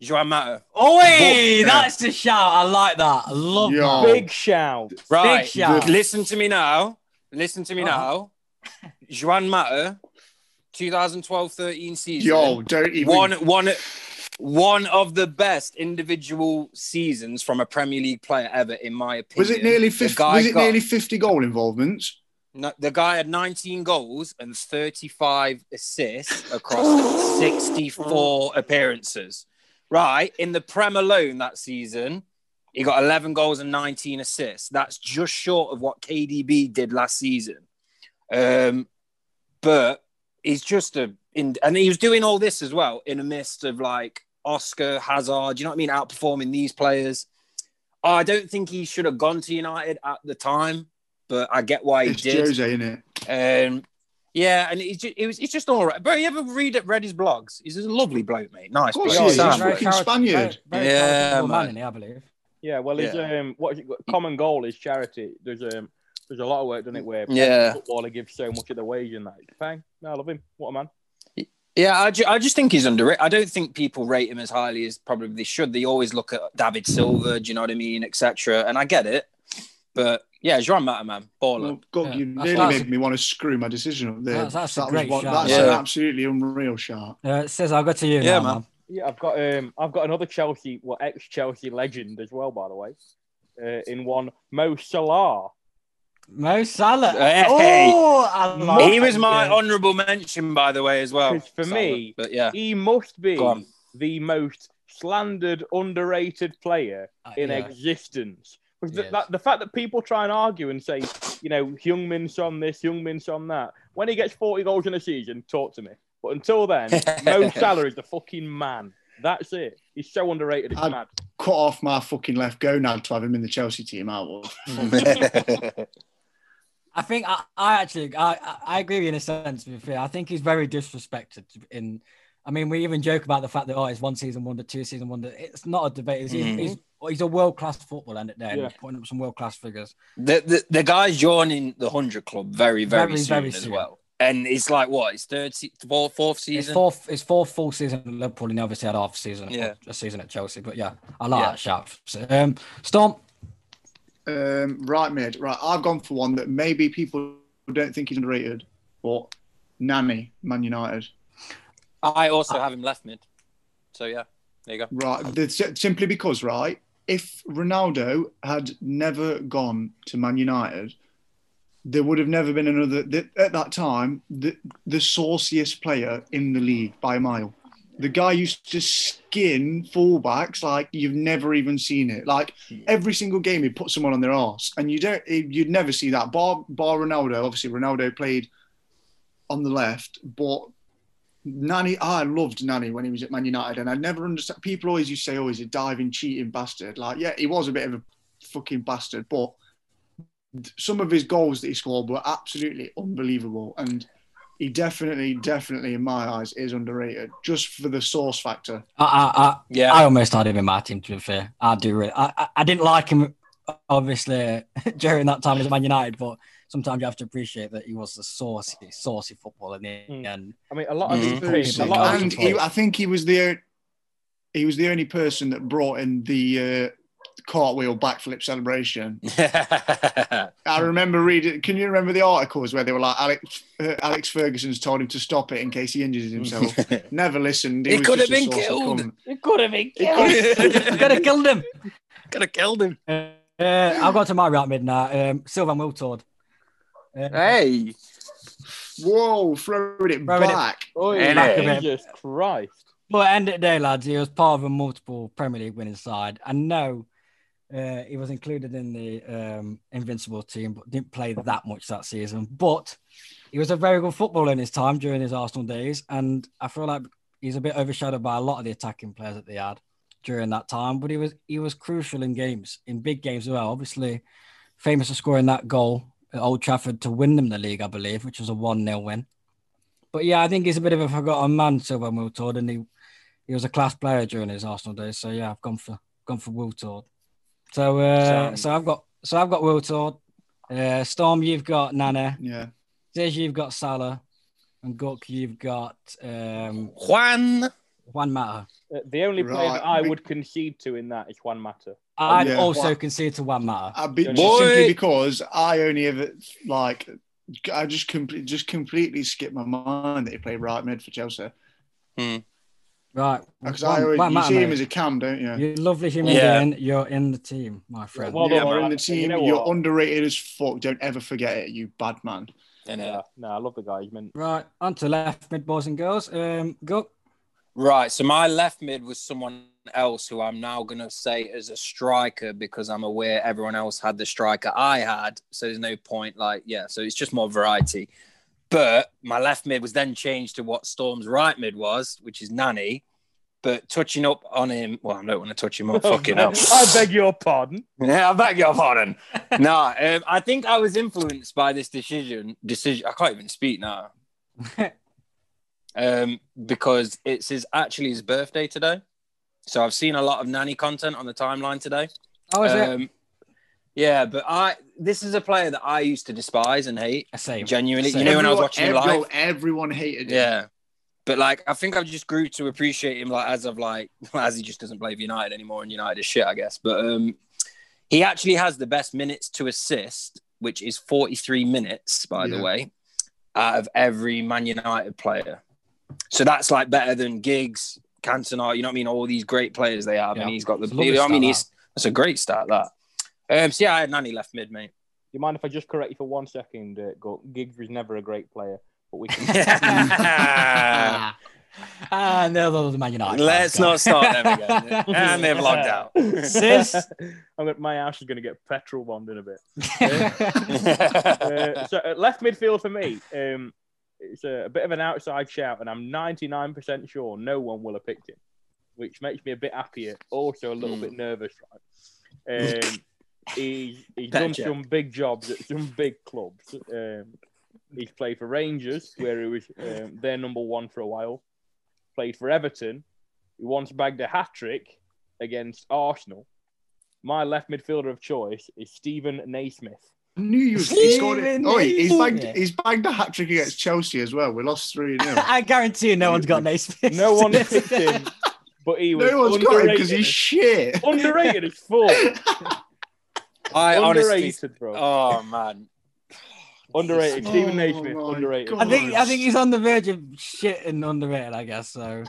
Joao Mato.
Oi, that's the shout. I like that. I love
Yo.
that.
Oh.
Big shout.
Right.
shout.
Listen to me now. Listen to me
Uh-huh.
now. Joan Matter, 2012-13 season.
Yo, don't even.
one one one of the best individual seasons from a Premier League player ever, in my opinion.
was it nearly
The
50,
guy
was it
got-
nearly 50 goal involvements?
No, the guy had 19 goals and 35 assists across 64 appearances. Right. In the Prem alone that season, he got 11 goals and 19 assists. That's just short of what KDB did last season. Um, but he's just a, in, and he was doing all this as well in the midst of like Oscar, Hazard, you know what I mean? Outperforming these players. I don't think he should have gone to United at the time, but I get why he
It's
did.
Jose, isn't it?
Um, yeah, and it's just, it was, it's just all right. Bro, you ever read read his blogs? He's a lovely bloke, mate. Nice.
Of course
bloke.
he is.
Sam.
He's fucking Spaniard.
Yeah,
charitable man,
man.
isn't he, I believe.
Yeah, well, his um, what his common goal is charity. There's um, there's a lot of work done it where
Yeah.
footballer gives so much of the wage and that. Bang, no, I love him. What a man.
Yeah, I, ju- I just think he's underrated. I don't think people rate him as highly as probably they should. They always look at David Silva, do you know what I mean, etc. And I get it, but yeah, Jean Matter, man, baller.
Well, God,
Yeah.
you
That's-
nearly
that's-
made me want to screw my decision up there.
That's- that's a
That was
great
one-
shout.
That's
Yeah.
an absolutely unreal shot.
Uh, it says I'll go to you.
Yeah,
now,
man.
Yeah, I've got um, I've got another Chelsea, well, ex Chelsea legend as well, by the way. Uh, in one Mo Salah.
Mo Salah.
Uh, Hey.
Oh, I like
he was my
it.
honourable mention, by the way, as well.
'Cause for me-
but yeah,
He must be
Go on.
the most slandered, underrated player in
Uh, Yeah.
existence. Because
Yes.
the, that, the fact that people try and argue and say, you know, Heung-Min Son this, Heung-Min Son that, when he gets 40 goals in a season, talk to me. But until then,
[laughs]
Mo Salah is the fucking man. That's it. He's so underrated. It's
I'd-
mad.
Cut off my fucking left gonad to have him in the Chelsea team. I would.
I think I, I actually I, I- I agree with you in a sense. To be fair, I think he's very disrespected. In, I mean, we even joke about the fact that oh, he's one season wonder, two season wonder. It's not a debate. He's,
Mhm.
he's, he's a world class footballer end of the day. and
Yeah.
He's putting up some world class figures.
[laughs] the, the the guy's joining the hundred club very very,
Very,
soon
very
as
soon.
well, and it's like what it's third, se- fourth, fourth
His
season.
fourth, his fourth full season at Liverpool, and he obviously had half a season,
Yeah.
a season at Chelsea. But yeah, I like
Yeah.
that shout. Um, Stomp.
Um, right mid, right. I've gone for one that maybe people don't think he's underrated, but Nani, Man United.
I also have him left mid, so yeah, there you go.
Right, the, simply because right, if Ronaldo had never gone to Man United, there would have never been another th at that time the the sauciest player in the league by a mile. The guy used to skin fullbacks like you've never even seen it. Like every single game, he put someone on their arse, and you don't you'd never see that. Bar bar Ronaldo, obviously Ronaldo played on the left, but Nani, I loved Nani when he was at Man United, and I never understand. People always used to say, "Oh, he's a diving, cheating bastard." Like, yeah, he was a bit of a fucking bastard, but some of his goals that he scored were absolutely unbelievable, and he definitely, definitely, in my eyes, is underrated just for the source factor.
I, I, I,
Yeah, [laughs]
I almost had him in my team. To be fair, I do. Really, I, I, I didn't like him obviously [laughs] during that time he was at Man United, but sometimes you have to appreciate that he was a saucy, saucy footballer in the
Mm.
Hmm.
end.
I mean, a lot of
Mm-hmm.
Mhm.
these, a lot of
and he, I think he was the o- he was the only person that brought in the uh, cartwheel backflip celebration. I remember reading. Can you remember the articles where they were like Alex uh, Alex Ferguson's told him to stop it in case he injures
[laughs]
himself? Never listened.
He
was
could
just
have
a
been
source of
killed.
cum.
it could have [laughs] been
I could have killed
[laughs]
him.
could have killed him.
Uh, I'll go to my right midnight. Um, Sylvan Wiltord. Uh,
Hey,
Whoa, throwing it
Throwing it-
back.
Ain't
Oh,
it?
Jesus Christ.
But end of the day, lads, he was part of a multiple Premier League winning side. I know uh, he was included in the um, invincible team, but didn't play that much that season. But he was a very good footballer in his time during his Arsenal days, and I feel like he's a bit overshadowed by a lot of the attacking players that they had during that time. But he was he was crucial in games, in big games as well. Obviously, famous for scoring that goal at Old Trafford to win them the league, I believe, which was a one 0 win. But yeah, I think he's a bit of a forgotten man, Sylvan Wiltord, and he he was a class player during his Arsenal days. So yeah, I've gone for gone for Wiltord. So uh,
Sam.
so I've got so I've got Wiltord. Uh, Storm, you've got Nana.
Yeah.
Ziz, you've got Salah. And Gok, you've got um,
Juan.
Juan Mata.
Uh, the only player that I
Right.
would concede to in that is Juan Mata.
I'd
Oh, yeah.
also
Juan-
concede to Juan Mata.
I be,
Boy.
just simply because I only ever like I just complete just completely skipped my mind that he played right mid for Chelsea
Right.
because I always
Juan
you
Mata,
see him
mate.
as a cam, don't you?
You're a lovely human
Yeah.
being. You're in the team, my friend.
Well
you
done,
are
man.
in the
You
team.
know
You are
what?
underrated as fuck. Don't ever forget it, you bad man.
uh,
Yeah. No, I love the guy. He's meant
right. On to left mid, boys and girls. Um, Gok.
Right. So my left mid was someone else who I'm now going to say as a striker because I'm aware everyone else had the striker I had. So there's no point. Like, yeah. So it's just more variety. But my left mid was then changed to what Storm's right mid was, which is Nanny. But touching up on him, well, I don't want to touch him up. Fucking hell.
Oh, [laughs] I beg your pardon.
Yeah, I beg your pardon. no, um, I think I was influenced by this decision. Decision. I can't even speak now. um, because it's his actually his birthday today, so I've seen a lot of nanny content on the timeline today.
How Oh, is it?
Um, yeah, but I this is a player that I used to despise and hate
I say
[laughs] genuinely.
Same.
You know, when I was
Everyone-
watching him
everyone-
live.
everyone hated him.
Yeah. But like I think I've just grew to appreciate him like as of like [laughs] as he just doesn't play for United anymore and United is shit, I guess. But um he actually has the best minutes to assist, which is 43 minutes, by
Yeah.
the way, out of every Man United player. So that's like better than Giggs, Cantona, you know what I mean? All these great players they have,
Yeah.
and he's got the
It's a lovely
you know what I mean
stat,
he's that's a great start that. Um so yeah, I had Nani left mid, mate. [laughs]
You mind if I just correct you for one second? Uh, Go- Giggs was never a great player, but we can.
Let's
[laughs] Ah, no, no, no, Man United. fans,
not
guys.
start them again.
[laughs]
And they've
[laughs]
logged out.
Sis?
I'm gonna, my house is going to get petrol bombed in a bit. Uh, so uh, left midfield for me, um, it's a, a bit of an outside shout, and I'm 99% sure no one will have picked him, which makes me a bit happier, also a little
Hmm.
bit nervous.
[laughs]
Right? Um, he's he's
Better
done
check.
some big jobs at some big clubs. Um, he's played for Rangers, where he was um, their number one for a while. Played for Everton. He once bagged a hat trick against Arsenal. My left midfielder of choice is Stephen Naismith.
I knew you. He scored it.
Steven
Oh, he's bagged.
Naismith.
He's bagged a hat trick against Chelsea as well. We lost three 0
[laughs] I guarantee you no one's got Naismith. [laughs]
No one picked him, but [laughs] he was
No one's got him
underrated.
because he's shit. [laughs]
underrated as fuck.
I honestly,
underrated, bro.
oh man,
underrated.
Oh
Stephen Naismith,
my
underrated.
I think I think he's on the verge of shit and underrated, I guess. So,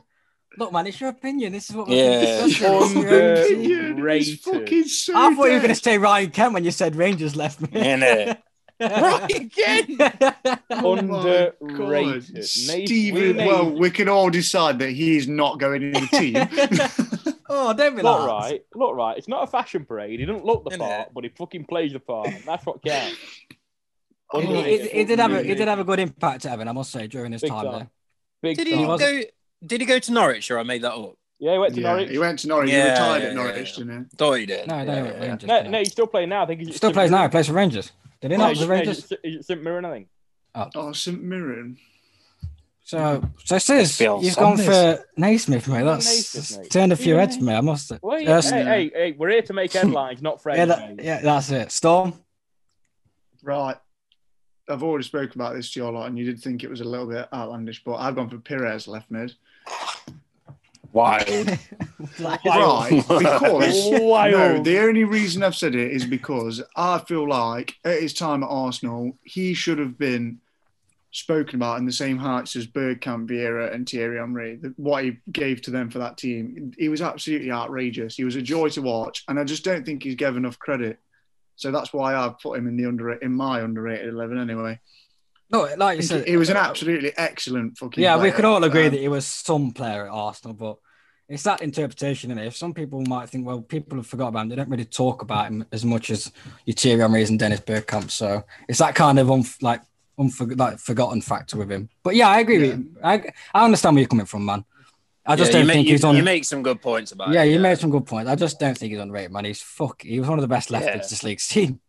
look, man, it's your opinion. This is what we're
Yeah.
discussing. It's your own team.
He's
[laughs] Underrated.
fucking so
I thought you were going to
dead.
say Ryan Kent when you said Rangers left me.
Innit?
again.
[laughs]
[laughs]
Oh my God.
Underrated. Naismith- we
Steven.
named-
Well, we can all decide that he is not going in the team.
oh, don't be
Look
like
right, look right. It's not a fashion parade. He doesn't look the
Innit?
part, but he fucking plays the part. And that's what
[laughs]
counts.
He,
Oh,
he- he did have a he
Underrated.
did have a good impact, Evan. I must say during his
Big
time
time.
there.
Big
did he
time.
was-
go? Did he go to Norwich, or I made that up?
Yeah, [laughs] he went to
Yeah,
Norwich.
He went to Norwich.
Yeah,
he retired
yeah,
at
yeah,
Norwich,
yeah.
didn't
Thought he did.
No, no, yeah,
Yeah, yeah.
Rangers.
No,
didn't
no,
he?
he's still playing now. I think he's
He still plays now. He plays for Rangers. Did he
No,
not?
he's,
The
no,
Rangers.
he's, he's at St Mirren, I think.
he? Oh, St Mirren.
So, so sis,
Feels
you've gone
something.
for Naismith, mate. That's
Naismith,
that's
mate.
turned a few
Yeah.
heads for me. I must. say.
Well, yeah,
Yes.
hey, hey, hey, we're here
[laughs]
to make headlines, not friends.
yeah, that,
mate.
yeah, that's it. Storm.
Right. I've already spoken about this to you a lot, and you did think it was a little bit outlandish, but I've gone for Pires left mid.
[laughs]
Wild.
Right, because
[laughs] Wild.
no, the only reason I've said it is because I feel like at his time at Arsenal, he should have been spoken about in the same heights as Bergkamp, Vieira, and Thierry Henry. The- What he gave to them for that team, he was absolutely outrageous. He was a joy to watch, and I just don't think he's given enough credit. So that's why I've put him in the under in my underrated eleven anyway.
No, like
I
you
think
said, uh,
he was an absolutely excellent fucking.
Yeah, we
player.
could all agree
Um,
that he was some player at Arsenal, but it's that interpretation in it. If some people might think, well, people have forgot about him, they don't really talk about him as much as your Thierry Henry's and Dennis Bergkamp. So it's that kind of unf- like unfor- like forgotten factor with him. But yeah, I agree
Yeah.
with you. I, I understand where you're coming from, man. I just
Yeah, you
don't
make-
think
you,
he's on.
You make some good points about.
yeah,
it,
you
[laughs]
made some good points. I just don't think he's underrated, man. He's fuck. He was one of the best left
Yeah.
backs this league's seen.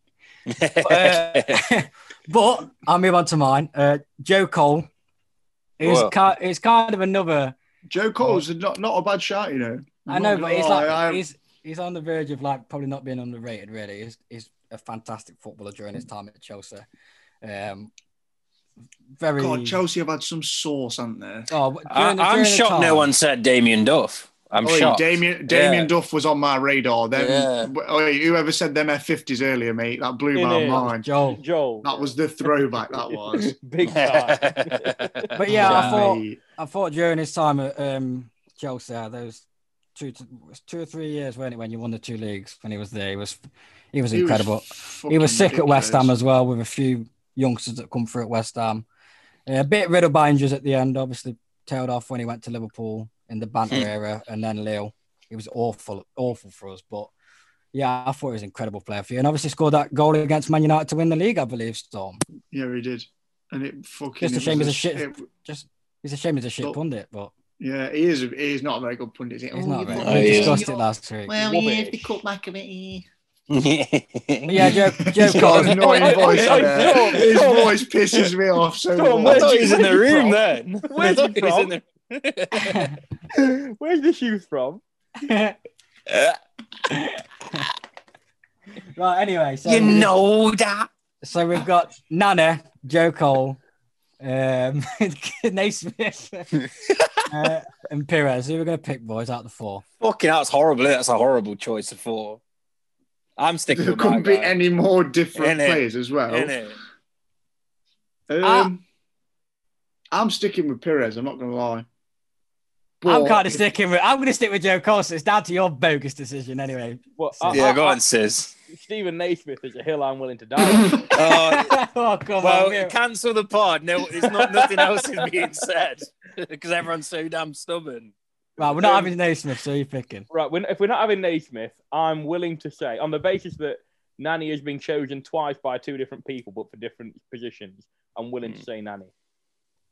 Uh,
Uh, [laughs] but I'll move on to mine. Uh, Joe Cole is
Whoa.
ki- is kind of another.
Joe Cole's not not a bad shot, you know.
I know,
Not
but
gonna
he's
lie,
like
I-
he's he's on the verge of like probably not being underrated. Really, he's he's a fantastic footballer during his time at Chelsea. Um, very.
God, Chelsea have had some sauce, haven't they?
Oh, but
I,
during the- during
am
the
shocked
time-
no one said Damien Duff. I'm
Oi,
shocked. [laughs]
Damien, Damien
Yeah.
Duff was on my radar. Then,
Yeah.
whoever said them F50s earlier, mate, that blew
It
my
is.
mind.
Joel.
Joel.
That was the throwback. That was.
[laughs] big time.
But [laughs] yeah, I
Oh,
[laughs]
thought-
mate.
I thought during his time at um, Chelsea, those two to, it was two or three years, weren't it, when you won the two leagues when he was there, he was he was
He was
incredible. he
fucking
was sick at West Ham
ridiculous.
as well with a few youngsters that come through at West Ham. Uh, a bit riddled by injuries at the end, obviously tailed off when he went to Liverpool in the banter era and then Lille. It was awful, awful for us. But yeah, I thought he was an incredible player for you. And obviously scored that goal against Man United to win the league, I believe, Storm.
Yeah, he did. And it fucking.
Just a
it
shame
was
he's a shit-
it-
Just it's a shame he's a shit
Look-
pundit, but
yeah, he is. He is not a very good pundit. Is he?
he's
Oh,
not.
you
Really.
fucking-
Oh,
we
yeah.
discussed it last week.
Well,
Rubbish.
he is the cut back of it. eh?
But yeah, Joe, Joe
He's got
Cole.
an annoying voice.
Oi, oi,
there.
Storm,
His
Storm.
voice pisses me off so
Storm,
I
much.
thought he was in the
Where's he from? Where's he
room then. [laughs] I thought was
from?
in the-
Where's this youth from?
right, anyway, so
you know that.
So we've got Nana, Joe Cole, um, [laughs] Naismith,
[laughs]
uh, and Pires. Who are we going to pick, boys, out of the four?
Fucking, that's horrible. That's a horrible choice of four. I'm sticking
There
with my
couldn't be
guy.
any more different
Innit?
players as well.
Innit?
Um, I'm sticking with Perez. I'm not going to lie.
I'm
But
kind of sticking with. I'm going to stick with Joe Cole. So it's down to your bogus decision, anyway.
Well,
Yeah,
Yeah, go on, sis.
Stephen Naismith is a hill I'm willing to die.
[laughs]
on.
Oh,
[laughs] oh come
well,
on! Mira.
cancel the pod. No, there's not nothing else is being said [laughs] because everyone's so damn stubborn.
Right, we're not having Naismith, so you're picking.
right, when, if we're not having Naismith, I'm willing to say, on the basis that Nanny has been chosen twice by two different people, but for different positions, I'm willing
Hmm.
to say Nanny.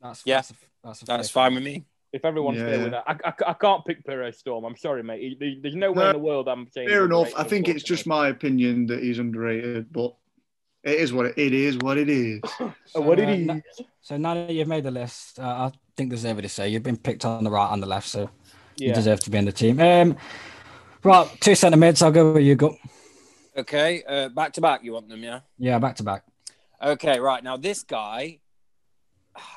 That's
Yeah.
that's, a, that's, a
That's
pick.
fine with me.
If everyone's
Yeah,
there with
yeah.
that, I, I, I can't pick Perez Storm. I'm sorry, mate. There- There's no way
No,
in the world I'm saying.
fair
he's
enough.
underrated,
I think it's just my opinion that he's underrated, but it is what it, it is. What it is.
So,
what did
uh,
he-
Na- so now that you've made the list, uh, I think there's over to say you've been picked on the right and the left, so you
Yeah.
deserve to be in the team. Um, right, two centre mids. I'll go with you. Go.
Okay, uh, back to back. You want them, yeah?
Yeah, back to back.
Okay, right now this guy,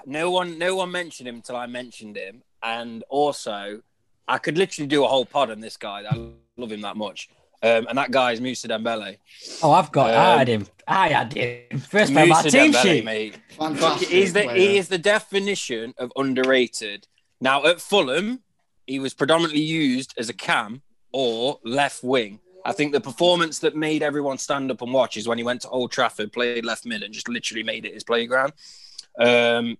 no one, no one mentioned him till I mentioned him, and also I could literally do a whole pod on this guy. I love him that much, um, and that guy is Musa Dembele.
Oh, I've got. I
Um,
had him. I had him. First player on my
Moussa
team
Dembele,
sheet.
mate.
Fantastic.
He's the,
player.
he is the definition of underrated. Now, at Fulham, he was predominantly used as a cam or left wing. I think the performance that made everyone stand up and watch is when he went to Old Trafford, played left mid, and just literally made it his playground. Um,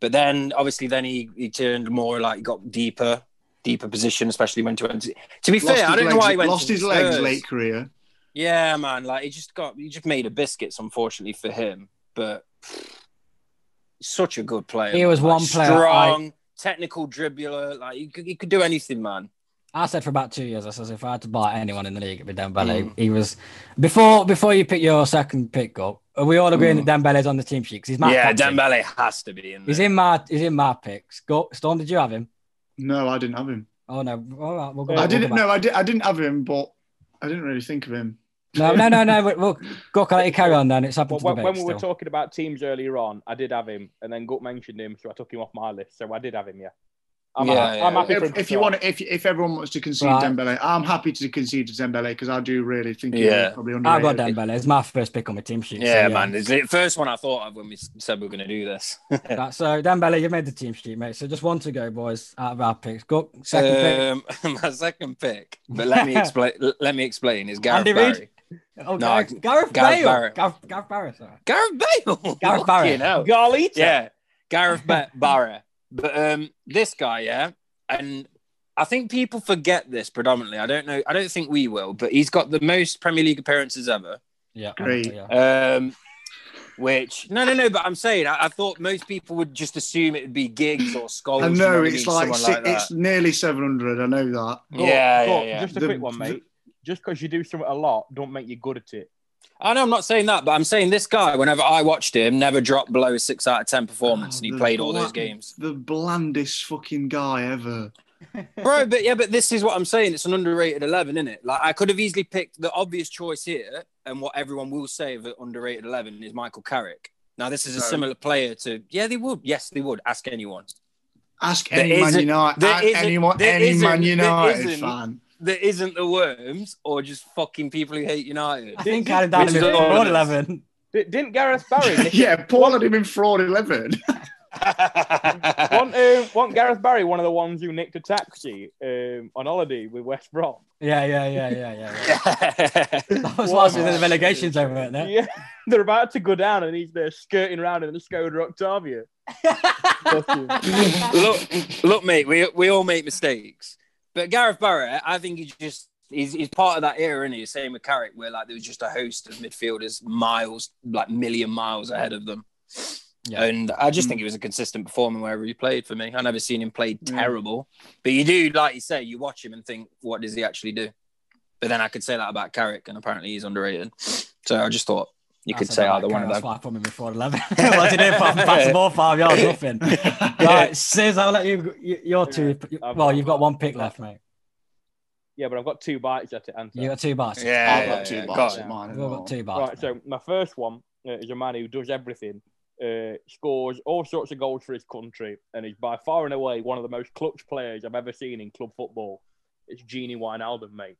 but then, obviously, then he, he turned more like got deeper, deeper position, especially when he went to. To be
Lost
fair, I
his
don't know
legs-
why he went.
Lost
to
his legs
Spurs.
late career.
Yeah, man. Like he just got he just made a biscuits, unfortunately for him. But such a good player.
He
man.
was
Like,
one player
strong, technical dribbler. Like he could, he could do anything, man.
I said for about two years. I said if I had to buy anyone in the league, it'd be Dembele.
Mm.
He was before before you pick your second pick up. Are we all agreeing that Dembele's on the team sheet? 'Cause he's my
Hmm. yeah,
captain.
Dembele has to be in.
He's
there.
in my he's in my picks. Go Storm. Did you have him?
No, I didn't have him.
Oh no. All right, we'll go.
I
we'll
I
go
didn't.
back.
No, I, did, I didn't have him, but I didn't really think of him.
No, no, no, no. We'll, we'll go. I'll let you carry on then. It's happened
Well,
to the
when, when
picks
we were
still.
talking about teams earlier on, I did have him, and then Gut mentioned him, so I took him off my list. So I did have him, yeah. I'm,
Yeah,
happy, I'm
yeah.
happy for him
If,
to
if you
start.
want, if if everyone wants to concede
Right.
Dembele, I'm happy to concede to Dembele because I do really think he's
Yeah.
probably
I've
underrated.
got Dembele. It's my first pick on my team sheet. so
Yeah, man. It's the first one I thought of when we s- said we were going to do this.
That, so Dembele, you made the team sheet, mate. So just one to go, boys, out of our picks. Go second pick.
um, [laughs] my second pick, but let
[laughs]
me explain. let me explain. Is Gareth
Andy Reid?
Barry?
Oh,
no,
Gareth, Gareth,
Gareth
Bale.
Barrett.
Gareth, Gareth Barrett. Sorry.
Gareth Bale. [laughs]
Gareth Barry.
Fucking hell.
Golly,
Yeah, Gareth ba- [laughs] Barra. But um, this guy, yeah, and I think people forget this predominantly. I don't know. I don't think we will, but he's got the most Premier League appearances ever.
Yeah.
Great.
Yeah.
Um, which no, no, no. But I'm saying I, I thought most people would just assume it would be gigs or scholars.
I
you what
know it's
mean,
like,
someone
si-
that.
it's nearly 700. I know that.
Go-
yeah,
go-
yeah, yeah.
Just a
The-
quick one, mate. Just because you do something a lot, don't make you good at it.
I know I'm not saying that, but I'm saying this guy, whenever I watched him, never dropped below a six out of ten performance,
Oh,
and he
the
played all those
bland-
games.
The blandest fucking guy ever.
Bro, but yeah, but this is what I'm saying. It's an underrated 11, isn't it? Like, I could have easily picked the obvious choice here, and what everyone will say of an underrated 11 is Michael Carrick. Now, this is a
No.
similar player to, yeah, they would. Yes, they would. Ask anyone.
Ask
There
any Man
isn't-
United,
there isn't-
anyone,
there
any
isn't-
Man
there
United
[laughs]
isn't-
fan.
There isn't the worms or just fucking people who hate United.
[laughs] I think
Did-
Adam Dynamo
did- did-
scored 11.
Di- Didn't Gareth Barry?
[laughs]
[laughs]
yeah, Paul had him in
[laughs]
fraud 11.
Wasn't, um, wasn't Gareth Barry one of the ones who nicked a taxi um, on holiday with West Brom?
Yeah, yeah, yeah, yeah, yeah. yeah.
[laughs] Yeah.
[laughs] That was
What
last year in
a
the relegations over it,
[laughs] Yeah.
there.
they're about to go down and he's there skirting around in the Skoda Octavia.
look, look, mate, we, we all make mistakes. But Gareth Barrett, I think he just he's, he's part of that era, and he's same with Carrick, where like there was just a host of midfielders miles, like million miles ahead of them.
Yeah.
And I just think he was a consistent performer wherever he played for me. I never seen him play
Yeah.
terrible, but you do, like you say, you watch him and think, what does he actually do? But then I could say that about Carrick, and apparently he's underrated. So I just thought you could say either one of
That's
them.
why I put him in fraud [laughs] 11. What's he doing? Pass the ball five yards, nothing. Right, Sis, I'll let you, you your two.
I've
Well,
got-
you've got one pick left, mate.
Yeah, but I've got two bites at it, answer.
You got two bites.
I've
Yeah,
got two
yeah, yeah,
bites
go
at
on.
mine.
We've all got two bites.
Right, so my first one uh, is a man who does everything, uh, scores all sorts of goals for his country, and is by far and away one of the most clutch players I've ever seen in club football. It's Genie Wijnaldum, mate.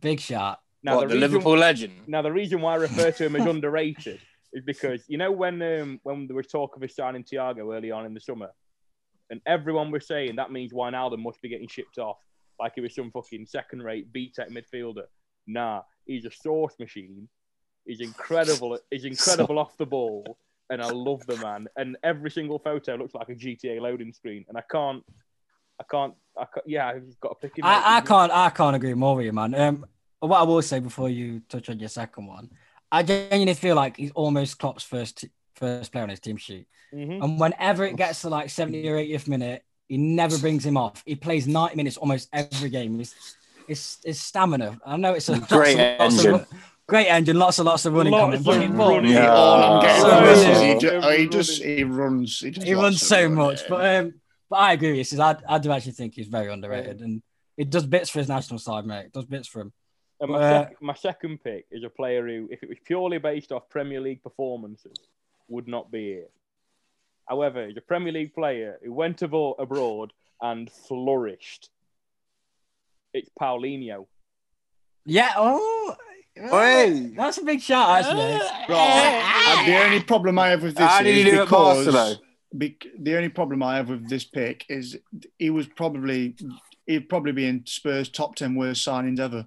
Big shot.
Now,
what, the,
the, reason,
Liverpool legend?
now the reason why I refer
[laughs]
to him as underrated is because you know when um, when there was talk of us signing Thiago early on in the summer, and everyone was saying that means Wijnaldum must be getting shipped off like he was some fucking second-rate B-tech midfielder. Nah, he's a source machine. He's incredible. He's incredible off the ball, and I love the man. And every single photo looks like a GTA loading screen, and I can't. I can't, I can't, yeah, I've got to pick him.
I, I
mate.
can't I can't agree more with you, man. Um, what I will say before you touch on your second one, I genuinely feel like he's almost Klopp's first t- first player on his team sheet.
Mhm.
And whenever it gets to like 70 or 80th minute, he never brings him off. He plays 90 minutes almost every game. He's, it's, it's stamina. I know it's a lots
Great
of- lots of-
engine.
great engine, lots and lots of running.
Lots
coming,
of
but- but
running.
Yeah. All I'm getting
So-
from this is he, ju-
Yeah.
he just he runs. He, just
He
lots
runs
of
so
running.
much, but um, but I agree with you. Sis. I, I do actually think he's very underrated, and it does bits for his national side, mate. It does bits for him.
And my,
Uh,
sec- my second pick is a player who, if it was purely based off Premier League performances, would not be here. However, he's a Premier League player who went abo- abroad and flourished. It's Paulinho.
Yeah. Oh.
Oi.
That's a big shout, actually.
Uh, the only problem I have with this
How did he
is
do at
because
Barca,
bec- the only problem I have with this pick is he was probably he'd probably be in Spurs top ten worst signings ever.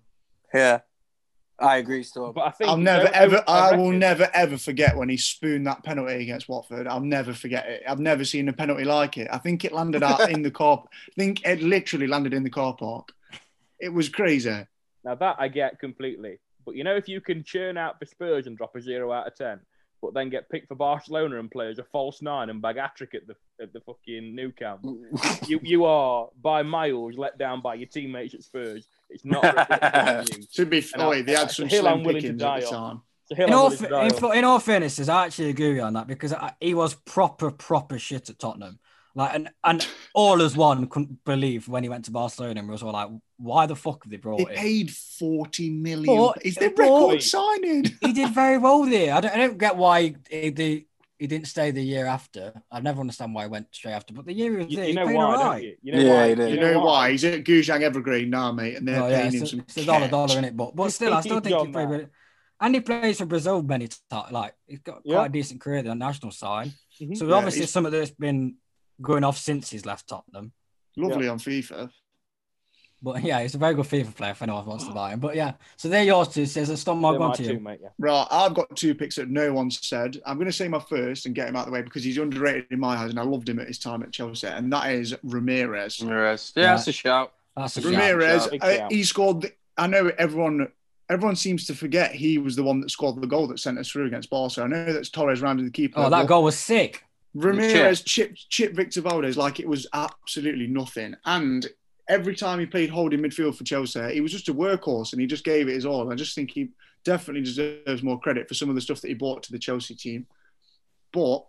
Yeah, I agree, still.
But I think
I'll
you
never
don't
ever
know-
I, will
reckon-
never ever forget when he spooned that penalty against Watford. I'll never forget it. I've never seen a penalty like it. I think it landed out in the
[laughs]
car. I think it literally landed in the car park. It was crazy.
Now that I get completely. But you know, if you can churn out for Spurs and drop a zero out of ten, but then get picked for Barcelona and play as a false nine and bag hat trick at the at the fucking new camp. you, you are by miles let down by your teammates at Spurs. It's
[laughs]
not a reflection on you.
To be
And I-
fair, they had some
Hill I'm
slim
willing to
pickings
die
at the
on.
time.
It's a hill
In
I'm
all,
willing to
in,
die on.
in all fairness, is I actually agree with you on that because I, he was proper, proper shit at Tottenham. Like, and, and all as one couldn't believe when he went to Barcelona and we was all like, why the fuck have they brought
They
him?
paid forty million.
But-
is their
but-
record signing?
He did very well there. I don't, I don't get why he- they he didn't stay the year after. I never understand why he went straight after, but the year he was
You,
there,
you
he
know
played
why,
all
don't
right.
you? You know
Yeah,
why?
you do.
You know why? He's at Gujang Evergreen now, mate, and they're
Oh, yeah,
paying
it's,
him
it's
some
a dollar
cash.
dollar in it, but but still, I still think
John
he played.
Matt.
Really, and he plays for Brazil many times. Like he's got
Yeah.
quite a decent career there on the national side.
Mhm.
So
Mm-hmm. Yeah,
obviously,
he's-
some of that's been going off since he's left Tottenham.
Lovely on FIFA.
But yeah, he's a very good FIFA player if anyone wants to buy him. But yeah, so they're yours too. Says a stop
They're
mark
my
on to
two,
you.
mate. Yeah.
Right, I've got two picks that no one said. I'm going to say my first and get him out of the way because he's underrated in my eyes, and I loved him at his time at Chelsea, and that is Ramirez.
Ramirez. Yeah,
Yeah.
that's a shout.
That's a shout.
Ramirez,
shout,
big
uh,
shout.
he scored. The, I know everyone. Everyone seems to forget he was the one that scored the goal that sent us through against Barca. I know that's Torres rounded the keeper.
Oh,
but
that goal was sick.
Ramirez chipped chip Victor Valdez like it was absolutely nothing. And every time he played holding midfield for Chelsea, he was just a workhorse and he just gave it his all. I just think he definitely deserves more credit for some of the stuff that he brought to the Chelsea team. But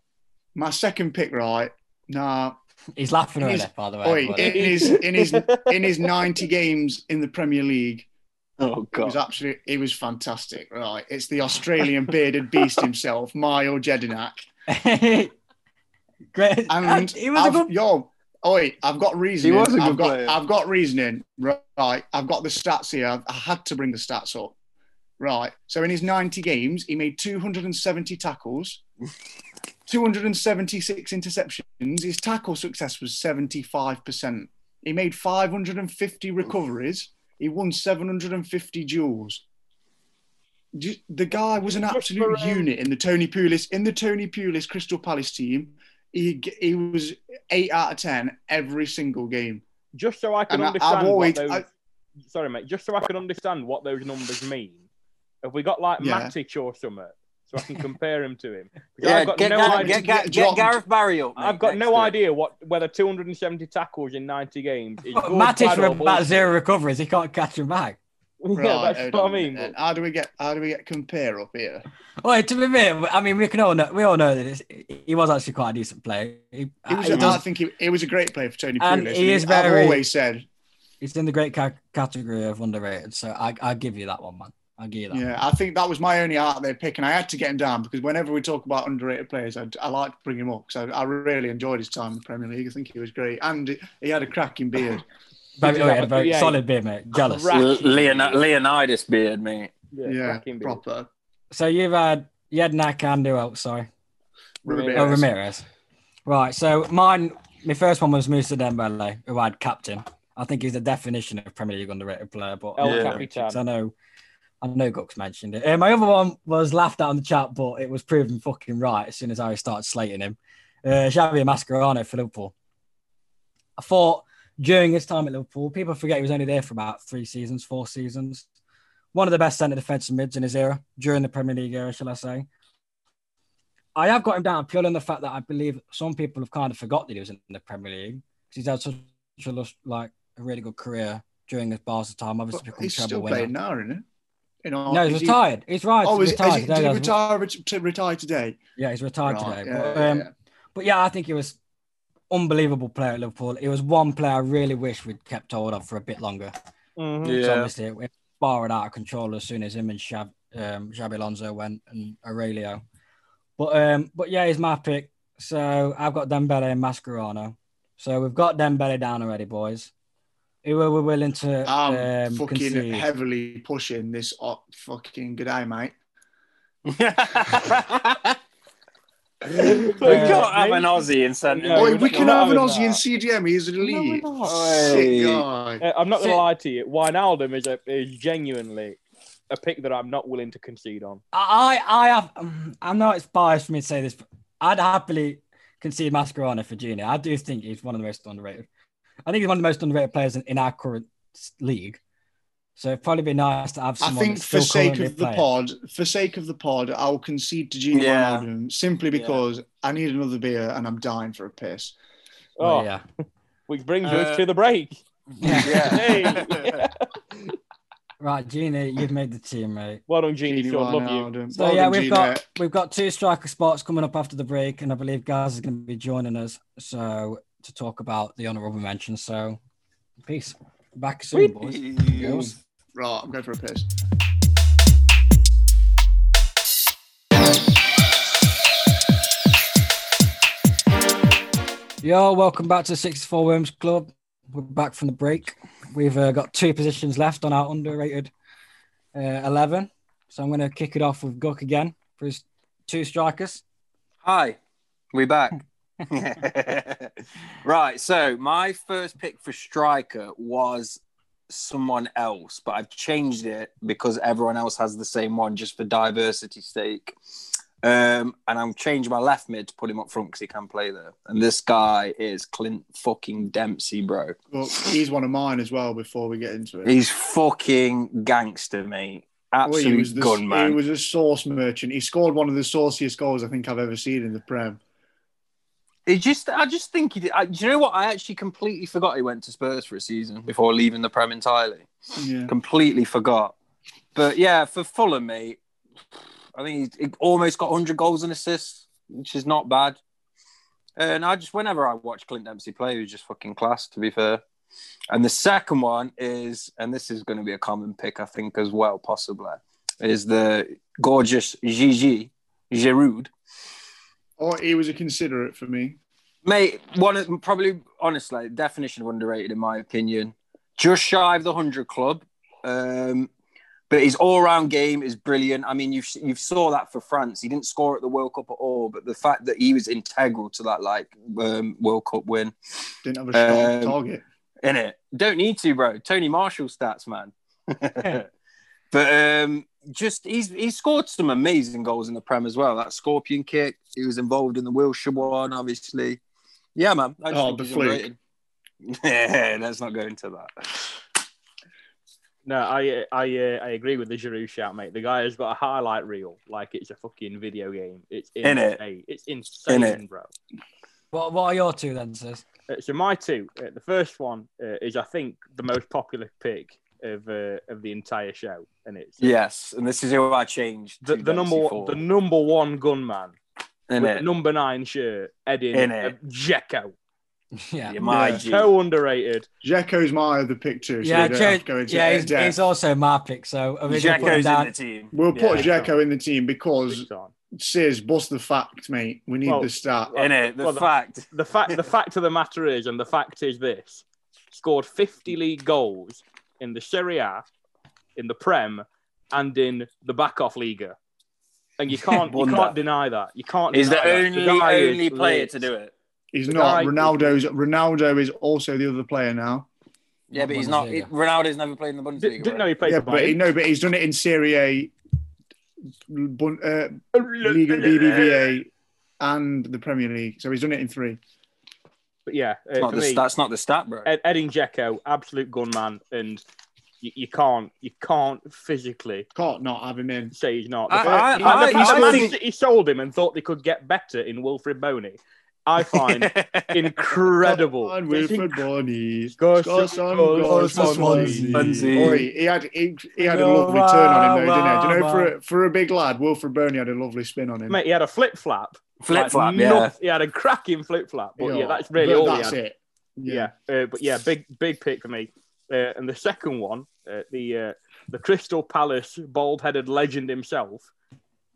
my second pick, right? Nah,
He's laughing
It
already,
is-
by the way.
oi,
everybody. [laughs]
in [laughs] his in his in his ninety games in the Premier League,
Oh
it was absolutely it was fantastic. Right, it's the Australian bearded beast himself, Mario Jedinak.
Great. [laughs]
And
he was a
I've-
good.
yo, oi, I've got reasoning.
was a good
I've got,
player.
I've got reasoning. Right, I've got the stats here. I've- I had to bring the stats up. Right, so in his 90 games, he made 270 tackles, 276 interceptions. His tackle success was 75%. He made 550 recoveries. He won 750 duels. Ju- The guy was an
Just
absolute
for, um,
unit in the Tony Pulis in the Tony Pulis Crystal Palace team. He g- he was eight out of ten every single game.
[laughs] Just so I can
And I- I've
understand
always-
what those.
I-
Sorry, mate. Just so I can understand what those numbers mean. Have we got like
Yeah.
Matic or something, so I can compare him to
[laughs]
him? 'Cause
Yeah,
I've got
get,
no
Gar-
idea.
get, Gar-
Get
get,
dropped.
Gareth Barry up. mate,
I've got
next
no
to him.
idea what whether 270 tackles in 90 games
[laughs]
is good,
Matic
bad, or
with about
bullshit.
zero recoveries. He can't catch him back.
[laughs] [laughs] Yeah, that's
hold
what I
on a
mean.
minute.
but-
How do we get how do we get compare up here?
Well, to be fair, I mean, we can all know, we all know that it's, he was actually quite a decent player. He,
He was
he
a,
was-
I think he, he was a great player for Tony
And
Pulis.
he is
I've
very-
always said
he's in the great ca- category of underrated. So I, I give you that one, man. I give you that.
Yeah, I think that was my only out there pick, and I had to get him down because whenever we talk about underrated players, I, I like to bring him up because I, I really enjoyed his time in the Premier League. I think he was great, and he had a cracking beard.
Very, oh,
Did you have
yeah,
a
very
38?
solid beer, mate. Jealous.
Crap.
L- Leon- Leonidas
[laughs]
beard, mate. [laughs]
Yeah,
yeah,
cracking beard.
proper.
So you've had you had Nak and who else? Sorry,
Ramirez.
oh Ramirez. Right. So mine, my first one was Musa Dembele, who I'd captain. I think he's the definition of Premier League underrated player. But
El
Yeah.
Capitan.
I know, I know, Gux mentioned it. Uh, my other one was laughed at on the chat, but it was proven fucking right as soon as I started slating him. Uh, Xavi Mascherano for Liverpool. I thought during his time at Liverpool, people forget he was only there for about three seasons, four seasons. One of the best centre defensive mids in his era, during the Premier League era, shall I say. I have got him down purely on the fact that I believe some people have kind of forgot that he was in the Premier League because he's had such a lo- like a really good career during his Barca time.
But
Obviously, become
he's
treble
still
winner.
playing now, isn't he? You know,
No, he's
is he-
retired. He's right.
Oh,
he's
is, is
retired
he,
today.
did he
that's-
retire to retire today?
Yeah, he's retired
Right,
today.
yeah,
but,
yeah,
um,
yeah.
but yeah, I think he was unbelievable player at Liverpool. It was one player I really wish we'd kept hold of for a bit longer.
Mhm.
So obviously, it went spiraled out of control as soon as him and Shab, um, Xabi Alonso went and Aurelio. But um, but yeah, he's my pick. So I've got Dembele and Mascherano. So we've got Dembele down already, boys. Who are we willing to
I'm
um,
fucking
concede?
heavily pushing this. Oh, fucking good day, mate.
we can't have an Aussie in centre.
No,
Oi,
we're
we
not-
can
we're not
have an
having
Aussie in CDM. He's an
we're
elite.
not.
Sick
Oi.
guy.
Uh, I'm not gonna
So-
lie to you. Wijnaldum is a, is genuinely a pick that I'm not willing to concede on.
I, I have. um, I know it's biased for me to say this, but I'd happily concede Mascherano for Junior. I do think he's one of the most underrated. I think he's one of the most underrated players in, in our current s- league. So it'd probably be nice to have
I
someone.
think
that's
for
still
sake
currently
of the
playing.
pod, for sake of the pod, I'll concede to Gino
Yeah.
Wijnaldum simply because I need another beer and I'm dying for a piss.
Oh,
Well, yeah.
which brings
Uh,
us to the break.
[laughs]
[laughs]
[laughs]
[laughs] Yeah.
Right, Junior, you've made the team, mate.
Well done, Genie.
Gini
Sean, love you.
Wijnaldum.
So
Well
yeah,
done,
we've
Gino.
got we've got two striker spots coming up after the break, and I believe Gaz is going to be joining us. So to talk about the honourable mention. So peace. Back soon, boys. Girls.
right. I'm going for a piss.
Yo, welcome back to the 64 Worms Club. We're back from the break. We've uh, got two positions left on our underrated uh, 11. So I'm going to kick it off with Guck again for his two strikers.
Hi,
[laughs]
we back. [laughs] right, so my first pick for striker was someone else, but I've changed it because everyone else has the same one just for diversity sake. Um, and I'm changing my left mid to put him up front because he can play there. And this guy is Clint fucking Dempsey, bro.
Well, he's one of mine as well. Before we get into it,
He's fucking gangster, mate.
Well,
Absolute
he was the,
gunman.
He was a sauce merchant. He scored one of the sauciest goals I think I've ever seen in the Prem.
It just, I just think he did. I, do you know what? I actually completely forgot he went to Spurs for a season before leaving the Prem entirely.
Yeah.
Completely forgot. But yeah, for Fulham, mate, I think he's he almost got 100 goals and assists, which is not bad. And I just, whenever I watch Clint Dempsey play, he was just fucking class, to be fair. And the second one is, and this is going to be a common pick, I think, as well, possibly, is the gorgeous Gigi Giroud.
Or Oh, he was a considerate for me.
Mate, one of probably honestly definition of underrated in my opinion. Just shy of the hundred club, um, but his all-round game is brilliant. I mean, you've you've saw that for France. He didn't score at the World Cup at all, but the fact that he was integral to that like um, World Cup win
Didn't have a shot on
Um,
target.
in it. Don't need to, bro. Tony Marshall stats, man. [laughs] but um, just he's he scored some amazing goals in the Prem as well. That scorpion kick, he was involved in the Wilshire one, obviously. Yeah, man. I
Oh,
think
the
he's
fluke.
underrated. [laughs] Yeah, let's not go into that.
No, I uh, I uh, I agree with the Giroud shout, mate. The guy has got a highlight reel like it's a fucking video game. It's insane.
Innit?
It's insane,
Innit?
bro.
What, what are your two then, sis? [laughs]
Uh, so my two. Uh, the first one uh, is I think the most popular pick of uh, of the entire show, and it's
Yes, and this is who I changed.
the,
to
the number
Dempsey
one,
for,
the number one gunman with
innit?
the number nine shirt, Eddie
Innit?
uh, Dzeko.
yeah.
Yeah, my
Yeah.
G.
So underrated.
Jacko's my other pick too. So
Yeah,
we don't
Joe-
have to go into
yeah,
it in
he's,
depth.
he's also my pick. So are we gonna put him
Dzekko's in
down?
the team.
We'll put
yeah.
Jacko in the team because
Big time.
Sis, bust the fact, mate. We need
Well,
the stat.
Well,
Innit? The
well, the-
fact.
The fact the fact of the matter is, and the fact is this: scored 50 league goals in the Serie A, in the Prem, and in the Backoff Liga. And you can't you
Won
can't
that.
deny that. You can't.
He's the
deny that.
only
guy is
only player
lit.
to do it.
He's
the
not
guy-
Ronaldo's. Ronaldo is also the other player now.
Yeah, but he's not.
Bundesliga.
Ronaldo's never played in the Bundesliga.
Did,
bro.
didn't know he played.
Yeah,
Yeah,
but he, no, but he's done it in Serie A, Bun- uh, Liga BBVA, and the Premier League. So he's done it in three.
But yeah, uh,
That's not
for
the-
me,
that's not the stat, bro.
Ed, Edin Dzeko, absolute gunman, and you, you can't you can't physically
Can't not have him in.
say he's not. The
I,
fact-
I,
He-
And
I,
the fact
I
Man
think-
City sold him and thought they could get better in Wilfred Boney. I
[laughs]
find incredible.
And Wilfred Bonnies.
Go
Score
Swansea,
some
go
goals for
Swansea.
Swansea.
Swansea.
Oi, he had he, he had a
Go
lovely turn on him though,
wild,
didn't he? Do you know,
wild,
for a, for a big lad, Wilfred Burney had a lovely spin on him.
Mate, he had a flip flap.
Flip flap,
Like,
yeah.
nuff- He had a cracking flip flap. But yeah, that's really
but
all
That's
he had.
it.
Yeah. Uh, but yeah, big big pick for me. Uh, and the second one, uh, the uh, the Crystal Palace bald headed legend himself,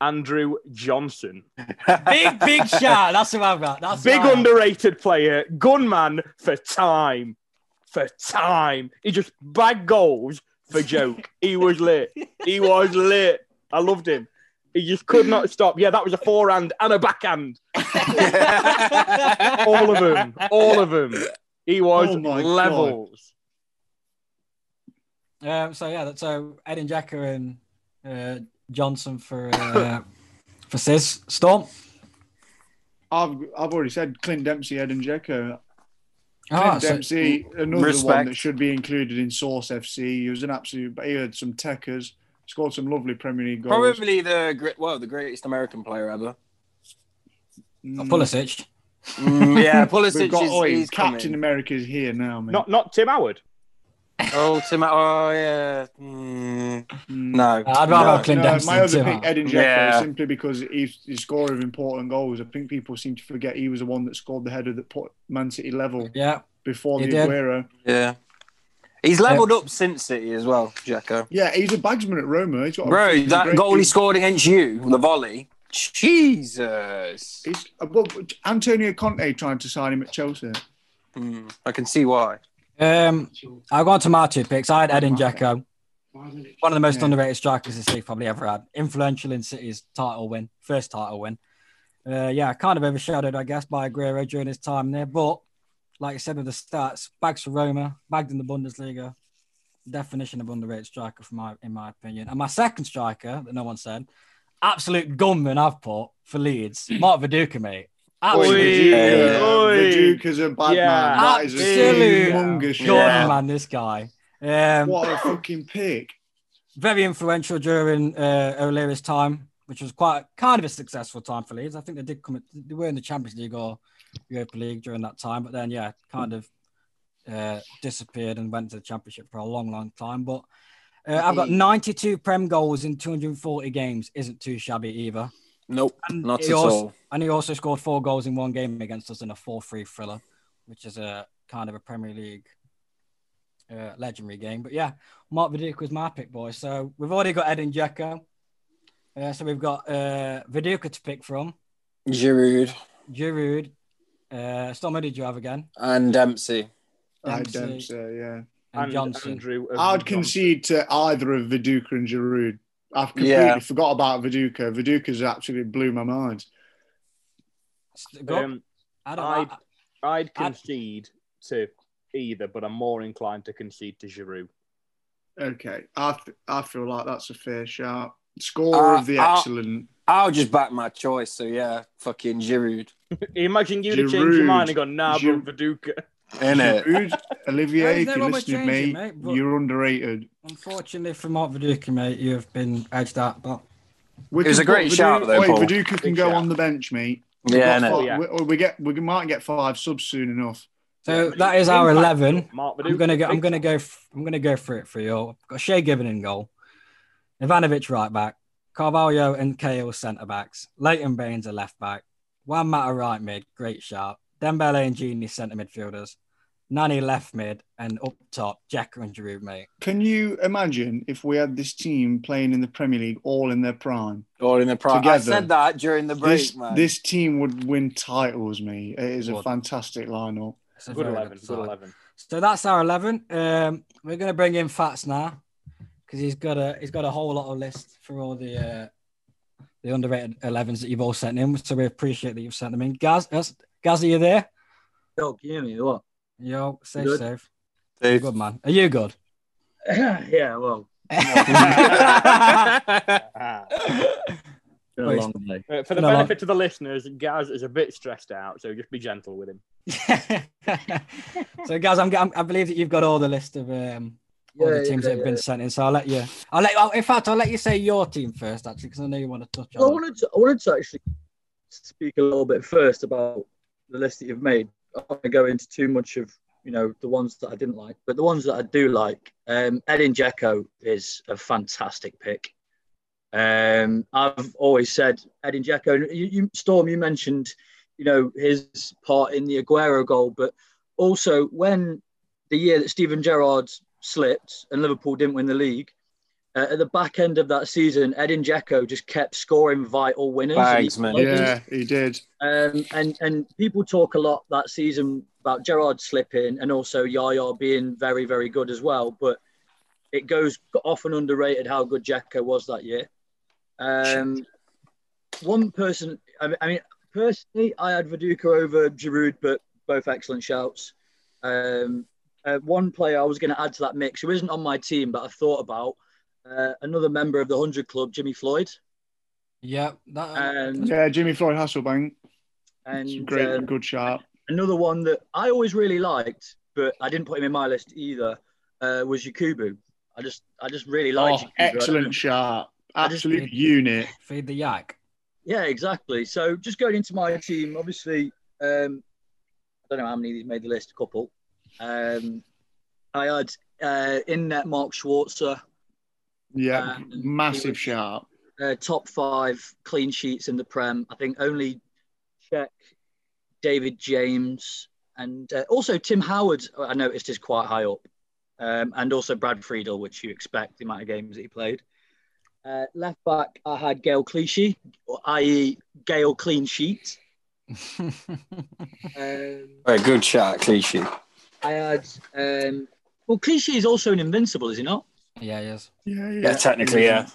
Andrew Johnson.
big,
[laughs]
big shot. That's who I've got. That's who
Big
I've got.
underrated player, gunman for time. For time. He just bagged goals for joke. he was lit. He was lit. I loved him. He just could not stop. Yeah, that was a forehand and a backhand. [laughs] All of them. All of them. He was
Oh my
levels.
Um, so yeah, that- so Edin Dzeko and uh, Johnson for
[laughs]
uh, for Sis Storm.
I've I've already said Clint Dempsey, Ed and Jekko. Clint
Ah, so,
Dempsey, another one
respect.
that should be included in Source FC. He was an absolute. He had some techers, scored some lovely Premier League goals.
[laughs] Probably the gre- well, the greatest American player ever.
Mm.
oh, Pulisic.
Mm, yeah, Pulisic
We've got
is
oi,
he's
Captain
coming.
America is here now, mate.
Not not Tim Howard.
Oh, Tim. Oh, yeah. Mm,
Mm.
no,
I'd rather
No.
have Clint
No,
Dempsey.
my
than
other
Tim
pick,
Howard.
Edin Dzeko,
Yeah.
simply because he's the scorer of important goals. I think people seem to forget he was the one that scored the header that put Man City level
yeah,
before
He
the
did.
Aguero.
Yeah, he's leveled up since City as well, Jacko.
Yeah, Oh, he's a bagsman at Roma. He's got a
Bro,
fucking
that
great-
goal he scored against you, the volley. Jesus.
It's, but uh, Antonio Conte trying to sign him at Chelsea.
Hmm, I can see why.
Um, I'll go on to my two picks. I had Edin Dzeko, one of the most
Yeah.
underrated strikers this league probably ever had. Influential in City's title win, first title win. Uh, yeah, kind of overshadowed, I guess, by Aguero during his time there. But like I said with the stats, bags for Roma, bagged in the Bundesliga. Definition of underrated striker, from my in my opinion. And my second striker that no one said, absolute gunman I've put for Leeds, Mark Viduka, mate.
Oi,
Absolute
Viduka.
Oi.
Viduka's a bad
Yeah.
man. That is
Absolute
a humongous
gunman,
Yeah.
this guy. Um,
What a fucking
[laughs]
pick.
very influential during uh, O'Leary's time, which was quite kind of a successful time for Leeds. I think they did come, they were in the Champions League or Europa League during that time, but then yeah, kind of uh, disappeared and went to the Championship for a long, long time. But uh, I've got 92 Prem goals in 240 games, isn't too shabby either.
Nope,
And
not
he
at
also-
all.
And he also scored four goals in one game against us in a 4 3 thriller, which is a kind of a Premier League uh, legendary game. But yeah, Mark Viduka was my pick, boy. So we've already got Edin Dzeko. Uh, so we've got uh, Viduka to pick from,
Giroud
Giroud. Uh, Storm, who did you have again?
and Dempsey.
I
Dempsey
don't um, say, yeah.
and,
And
Johnson.
Andrew
I'd
Johnson.
concede to either of Viduka and Giroud. I've completely
Yeah.
forgot about Viduka. Viduka's actually blew my mind.
Go.
Um,
I don't
I'd-
know.
I'd
I'd-
concede to either, but I'm more inclined to concede to Giroud.
Okay. I, th- I feel like that's a fair shout. Scorer
Uh,
of the
I'll-
excellent.
I'll just back my choice. So yeah, fucking Giroud.
Imagine you'd have changed your
Giroud.
mind and gone, nah,
Giroud.
but Viduka.
In [laughs] it.
Giroud,
Well,
Olivier,
there's
if
no
you're
one we're changing,
listening, mate,
mate, but-
you're underrated.
Unfortunately for Mark Viduka, mate, you have been edged out. But
We
It was
can
a great
put Vidu-
shout, though,
Wait,
Paul.
Viduka can
Big
go
shout.
on the bench, mate.
Yeah,
We've
innit?
got
innit?
five- we, we get we might get five subs soon enough.
so that is our
Impact.
eleven.
Mark Viduka.
I'm gonna go. I'm gonna go. f- I'm gonna go for it for you. all. I've got Shea Given in goal, Ivanovic right back, Carvalho and Kale centre backs, Leighton Baines a left back, Juan Mata right mid, great shout, Dembele and Genie centre midfielders, Nani left mid, and up top Jacker and Giroud mate.
Can you imagine if we had this team playing in the Premier League all in their prime?
Or in the prime. I
Together.
said that during the break,
this
man.
this team would win titles, mate. It is a
Would.
fantastic lineup.
It's a
Good
very
11. Good
side. [laughs]
11.
So that's our eleven. Um, we're gonna bring in Fats now because he's got a he's got a whole lot of list for all the uh, the underrated elevens that you've all sent in. So we appreciate that you've sent them in. Gaz, Gaz, Gaz are you there?
Yo, can you hear me? What?
Yo, safe,
Good.
safe. Good man. Are you
[laughs]
good?
[clears throat] yeah, well,
Ah.
it's been a
Wait.
long day.
Uh, for the
No, like-
benefit of the listeners, Gaz is a bit stressed out, so just be gentle with him.
so, Gaz, I'm, I'm, I believe that you've got all the list of um, all
Yeah,
the teams that
yeah,
have been sent in. So I'll let you. I'll let. I'll, in fact, I'll let you say your team first, actually, because I know you want to touch
Well, I
on. it.
wanted to, I wanted to actually speak a little bit first about the list that you've made. I don't want to go into too much of you know the ones that I didn't like, but the ones that I do like, um, Edin Dzeko is a fantastic pick. Um, I've always said Edin Dzeko. You, you, Storm, you mentioned you know his part in the Aguero goal, but also when the year that Steven Gerrard slipped and Liverpool didn't win the league. Uh, at the back end of that season, Edin Dzeko just kept scoring vital winners.
Bags, man.
Like,
Yeah, he did.
um, and and people talk a lot that season about Gerard slipping and also Yaya being very very good as well. But it goes often underrated how good Jacko was that year. Um, one person, I mean, I mean, personally, I had Viduka over Giroud, but both excellent shouts. Um, uh, one player I was going to add to that mix who isn't on my team, but I thought about uh, another member of the Hundred Club, Jimmy Floyd.
Yeah, that,
Um,
Ah, Yeah, Jimmy Floyd Hasselbank. It's a
and
great,
um,
good shot.
another one that I always really liked, but I didn't put him in my list either. Uh, was Yakubu. I just, I just really liked.
Oh,
Yakubu.
excellent shot.
just-
Absolute unit.
feed the yak. [laughs]
Yeah, exactly. So just going into my team, obviously, um, I don't know how many of these made the list. A couple. Um, I had uh, in net Mark Schwarzer,
Yeah,
Um,
massive shot.
uh, top five clean sheets in the Prem. I think only Czech, David James, and uh, also Tim Howard. I noticed is quite high up, um, and also Brad Friedel, which you expect the amount of games that he played. Uh, left back, I had Gail Clichy, i.e., Gail Clean Sheet. Um,
Very good shot, cliche.
I had. Um, well, Clichy is also an invincible, is he not?
yeah, yes.
Yeah, yeah.
Yeah, technically, yeah.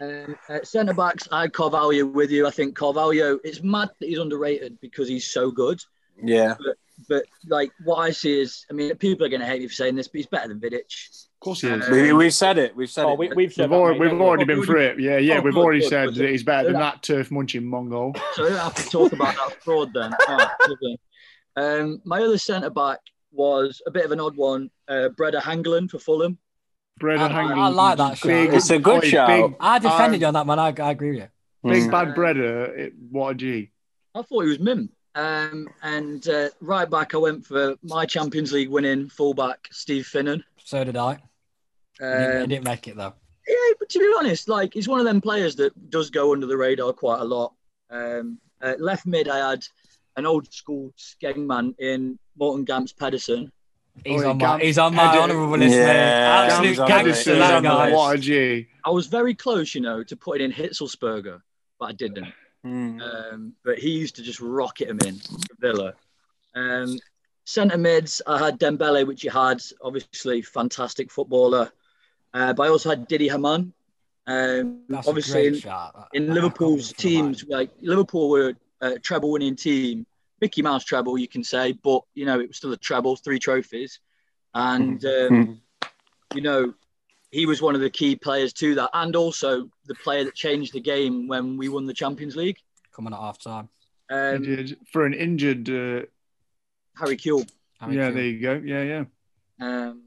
Um, uh, Centre backs, I had Carvalho with you. I think Carvalho, it's mad that he's underrated because he's so good.
Yeah.
But like what I see is, I mean, people are going to hate me for saying this, but he's better than Vidic.
Of course he is.
Uh,
We, we've said it. We've said
Oh,
it.
we, we've
We've,
said that,
already,
mate,
we've
haven't we?
already been through it. Yeah, yeah.
Oh,
we've
good,
already
good,
said
good.
that he's better than that turf munching Mongol.
So I don't have to talk about that fraud then. All right, lovely. um, my other centre back was a bit of an odd one, uh, Breda Hangland for Fulham.
Bread
I-
and
I-
hanging.
I like that shout.
It's a good
boy,
shout.
I
Um,
defended you on that man. I, I agree with you.
Big, big
Mm.
bad Breda. It, what a G.
I thought he was mim. Um, and uh, right back, I went for my Champions League winning fullback, Steve Finnan.
So did I. He didn't- he
Um,
didn't make it though.
Yeah, but to be honest, like he's one of them players that does go under the radar quite a lot. Um, uh, left mid, I had an old school skengman in Morton Gamps Pedersen.
He's
Oh,
on
he
my
can't-
he's on my
Header-
honourable list,
Yeah,
mate.
Absolute
Gams-
Absolute gangster,
Pedersen,
that
Anderson,
guy.
What a G.
I was very close, you know, to putting in Hitzelsberger, but I didn't.
Mm.
Um, but he used to just rocket him in for Villa. Um, Centre mids, I had Dembele, which you had, obviously fantastic footballer. Uh, but I also had Didi Haman. Um,
That's
obviously,
a
in-
great shot.
in
I- I
Liverpool's
can't believe
teams, like Liverpool were a treble winning team, Mickey Mouse treble, you can say, but you know, it was still a treble, three trophies. And,
Mm.
um, you know, he was one of the key players to that, and also the player that changed the game when we won the Champions League.
Coming at half time.
He
Um,
did. For an injured. Uh,
Harry Kuehl.
Harry
yeah,
Kane.
there you go. Yeah, yeah.
Um,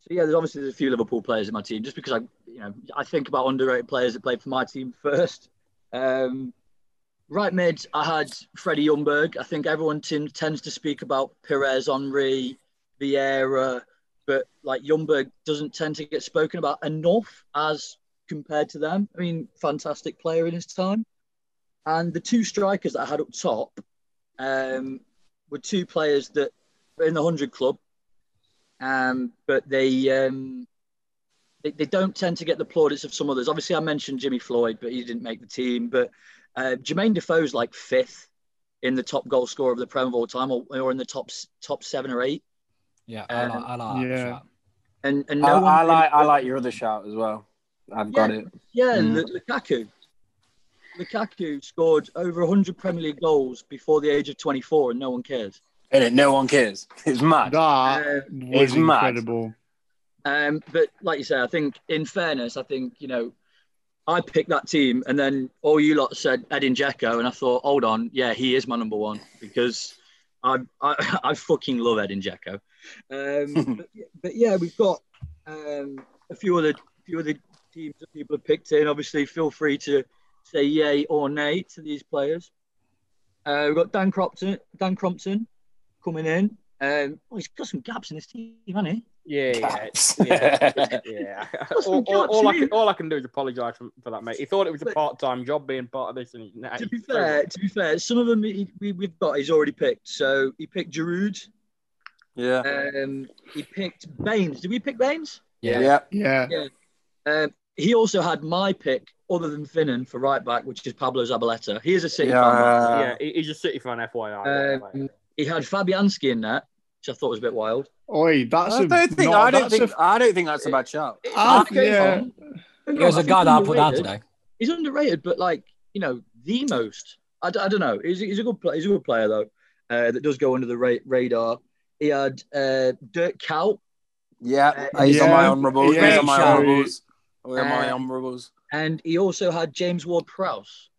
so yeah, there's obviously there's a few Liverpool players in my team just because I, you know, I think about underrated players that played for my team first. Um, right mid, I had Freddie Ljungberg. I think everyone t- tends to speak about Perez, Henri, Vieira, but like Ljungberg doesn't tend to get spoken about enough as compared to them. I mean, fantastic player in his time. And the two strikers that I had up top um, were two players that were in the 100 club um, but they, um, they they don't tend to get the plaudits of some others. Obviously, I mentioned Jimmy Floyd, but he didn't make the team. But uh, Jermaine Defoe's like fifth in the top goal scorer of the Prem of all time, or, or in the top s- top seven or eight.
Yeah, I like, I like that
Yeah.
shot.
And and
I,
no one
I
really-
like I like your other shout as well. I've got
Yeah.
it.
yeah
Mm.
Lu- Lukaku. Lukaku scored over 100 Premier League goals before the age of 24, and no one cares.
And it, no one cares. [laughs] It's mad.
That
Uh,
was
it's mad.
incredible.
Um, but like you say, I think in fairness, I think you know, I picked that team, and then all you lot said Edin Dzeko, and I thought, hold on, yeah, he is my number one because I I, [laughs] I fucking love Edin Dzeko. Um, but, but yeah, we've got um, a few other few other teams that people have picked in. Obviously, feel free to say yay or nay to these players. Uh, we've got Dan Crompton, Dan Crompton coming in. Um, oh, he's got some gaps in his team, hasn't he?
[laughs] Yeah, yeah,
[laughs]
it's- yeah. yeah.
That's
all, all,
what Jack's
all I
mean.
can, all I can do is apologise for, for that, mate. He thought it was a
But-
part-time job being part of this, and nah,
to be
it's
fair, to be fair, some of them he, we, we've got he's already picked. So he picked Giroud.
Yeah.
Um, he picked Baines. Did we pick Baines?
Yeah.
yeah.
Yeah.
Um, he also had my pick, other than Finnan, for right back, which is Pablo Zabaleta. He is a City fan. man.
over.
Yeah.
yeah, he- he's a City fan, FYI.
Um,
by the way.
He had Fabianski in that, which I thought was a bit wild.
Oi, that's
I
a.
don't think
no,
I don't
that's a-
think I I don't think that's a bad shout.
Ah,
Don't get me
yeah.
wrong. Don't get me
There was
wrong,
a
think
guy that I put down
underrated.
today.
He's underrated, but like you know, the most. I, d- I don't know. He's, he's a good player. He's a good player though. Uh, that does go under the ra- radar. He had uh, Dirk Cow
Yeah.
Uh,
he's on my
yeah.
honourable. He's
Yeah,
on my
shout.
honourables. We're on my
Uh,
honourables.
and he also had James Ward Prowse.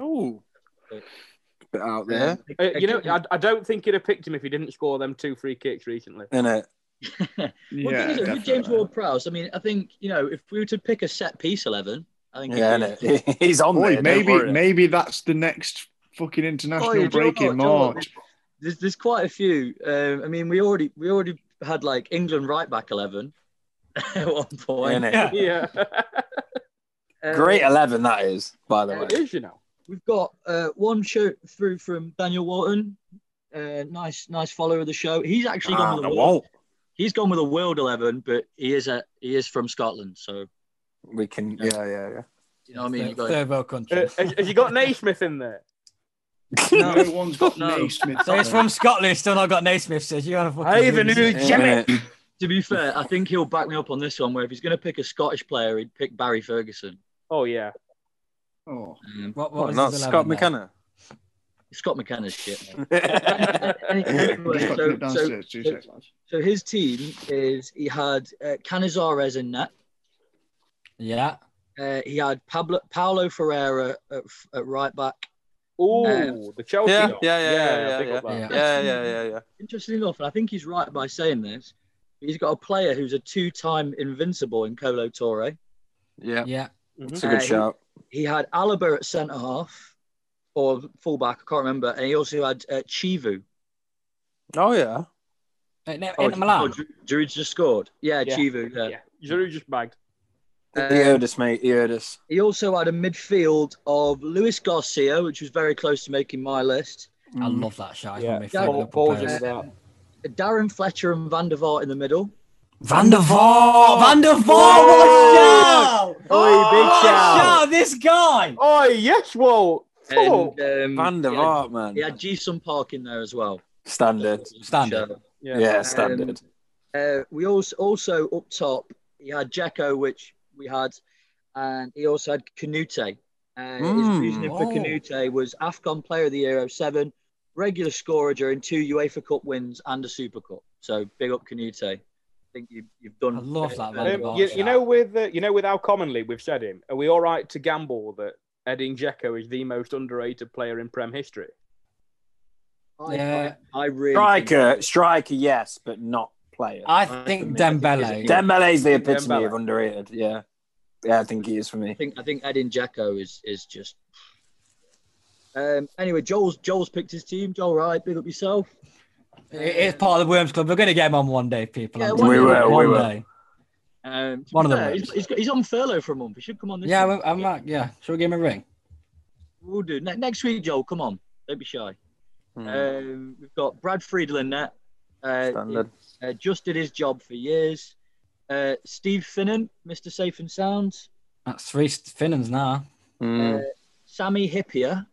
Oh. Bit out
Um,
there.
Uh, you know, I, I don't think he'd have picked him if he didn't score them two free kicks recently. [laughs]
In it.
well,
yeah,
thing is, that with James
definitely.
Ward Prowse, I mean, I think you know, if we were to pick a set piece eleven, I think
Yeah,
it'd be-
innit? [laughs] He's on
Oi,
there.
maybe
Maybe, maybe.
maybe that's the next fucking international
Oh, yeah, do you know
break in
what, do you know what,
March.
There's, there's quite a few. Um, I mean, we already we already had like England right back eleven [laughs] at one point.
Innit?
Yeah.
Yeah,
Um,
Great eleven that is, by the way.
it is, you know.
We've got uh, one show through from Daniel Walton. Uh, nice, nice follower of the show. He's actually gone.
Ah,
with
I
the world.
won't.
He's gone with a world eleven, but he is a he is from Scotland, so
we can. Yeah, yeah,
You know what I mean?
Third,
You got-
third world
Uh,
country.
has, has you got Naismith in there?
[laughs]
yeah.
No one's got
No.
[laughs]
Naismith.
so it's from Scotland, still not got Naismith. Says you have a fucking.
I even knew
loser.
Jimmy.
To be fair, I think he'll back me up on this one. Where if he's going to pick a Scottish player, he'd pick Barry Ferguson.
Oh yeah,
Oh,
Um,
What, what
What,
was
not
his
Scott
11 then?
McKenna.
Scott McKenna's shit.
[laughs]
mate. Any-
yeah,
anyway,
just got
so,
it
so,
downstairs. Two seconds, lads.
so his team is he had uh, Canizares in net.
Yeah.
Uh, he had Pablo, Paulo Ferreira at, f- at right back.
oh
Um,
the Chelsea.
yeah,
goal.
yeah, yeah,
I pick
yeah,
up that.
yeah.
yeah, yeah, yeah.
Interestingly enough, and I think he's right by saying this, he's got a player who's a two-time invincible in Colo Torre.
Yeah,
Yeah.
it's a good
Uh,
shout.
He had Alaba at centre half or fullback, I can't remember, and he also had uh, Chivu.
Oh yeah.
In, in
Oh,
Milan.
oh, Dru- Druid just scored. Yeah,
Yeah.
Chivu. Yeah.
Yeah. Giroud just bagged.
He heard us, mate. He heard us.
He also had a midfield of Luis Garcia, which was very close to making my list.
I
Mm.
love that shot. It's
Yeah.
one of my favourite
Yeah,
Ball-
Liverpool
balls
players.
into that.
Darren Fletcher and Van der Vaart in the middle.
Van der
Oh,
Vaart! Van der Vaart! What a shout!
Oh,
Oi, big
What a
shout.
shout! This guy!
Oh yes, whoa. Fuck.
And, um,
Oh, Van der
he had-
Vaart, man.
He had Jason Park in there as well. uh,
Standard.
Standard.
So,
Yeah.
Yeah, standard.
uh, we also also up top he had Jacko, which we had, and he also had Canute. Uh, his
Mm.
reasoning for
Oh.
Canute was Afghan Player of the Year 07, regular scorer during two UEFA Cup wins and a Super Cup. So big up Canute. I think you, you've done.
I love that, man.
Um,
Van
you,
Vaart
you
shout.
know with uh, you know with how commonly we've said him. Are we all right to gamble that Edin Dzeko is the most underrated player in Prem history?
I,
Yeah.
I, I really
Striker, striker, yes, but not player.
I
I
think
think
Dembele.
he's a-
Dembele is the epitome
Dembele.
of underrated. Yeah, yeah, I think he is for me.
I think I think Edin Dzeko is is just. Um, anyway, Joel's Joel's picked his team. Joel, right? Big up yourself.
It is part of the Worms Club. We're going to get him on one day, people.
Yeah,
I'm
one
telling
day.
you,
We will,
One
we will.
day.
Um, to
One
be
of the
fair, he's,
worst.
he's, got- he's on furlough for a month. He should come on this.
Yeah,
week.
we- I'm not. Yeah, shall we give him a ring?
we'll do ne- next week, Joel. Come on, don't be shy.
Mm.
Um, we've got Brad Friedel in that. Uh,
Standard.
he, uh, just did his job for years. Uh, Steve Finnan, Mr. Safe and Sound.
That's three Finnans now.
Mm.
Uh, Sammy Hippier.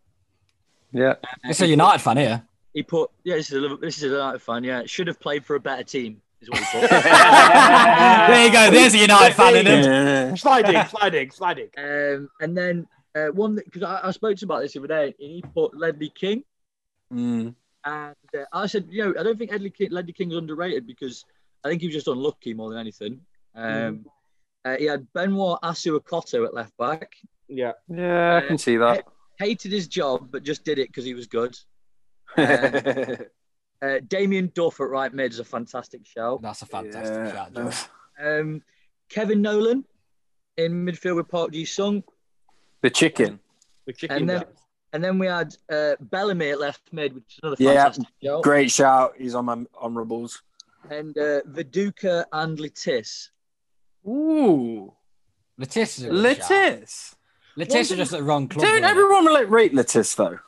Yeah,
It's a United fan [laughs] here.
He put yeah, this is a Liverpool- this is a United fan. Yeah, should have played for a better team. Is what he put.
[laughs]
There you go. There's a United fan in him.
Yeah. [laughs]
Sliding, sliding, sliding.
um, and then uh, one because I, I spoke to him about this the other day. And he put Ledley King.
Mm.
And uh, I said, you know, I don't think Ledley King, Ledley King's underrated because I think he was just unlucky more than anything.
Mm.
Um, uh, he had Benoit Asuakoto at left back.
Yeah.
yeah, I can see [laughs] that.
Hated his job, but just did it because he was good.
[laughs]
Uh, Damien Duff at right mid is a fantastic shout.
That's a fantastic
Yeah.
shout, Joe.
Um, Kevin Nolan in midfield with Park Ji Sung.
The chicken.
The chicken
And then-
dance.
And then we had uh, Bellamy at left mid, which is another
Yeah,
fantastic shout.
Great shout. He's on my honourables.
And uh, Viduka and Litis.
Ooh,
Letitia's a good shout.
Litis.
Letitia's just at the wrong club.
Don't
really.
everyone rate, rate Litis though?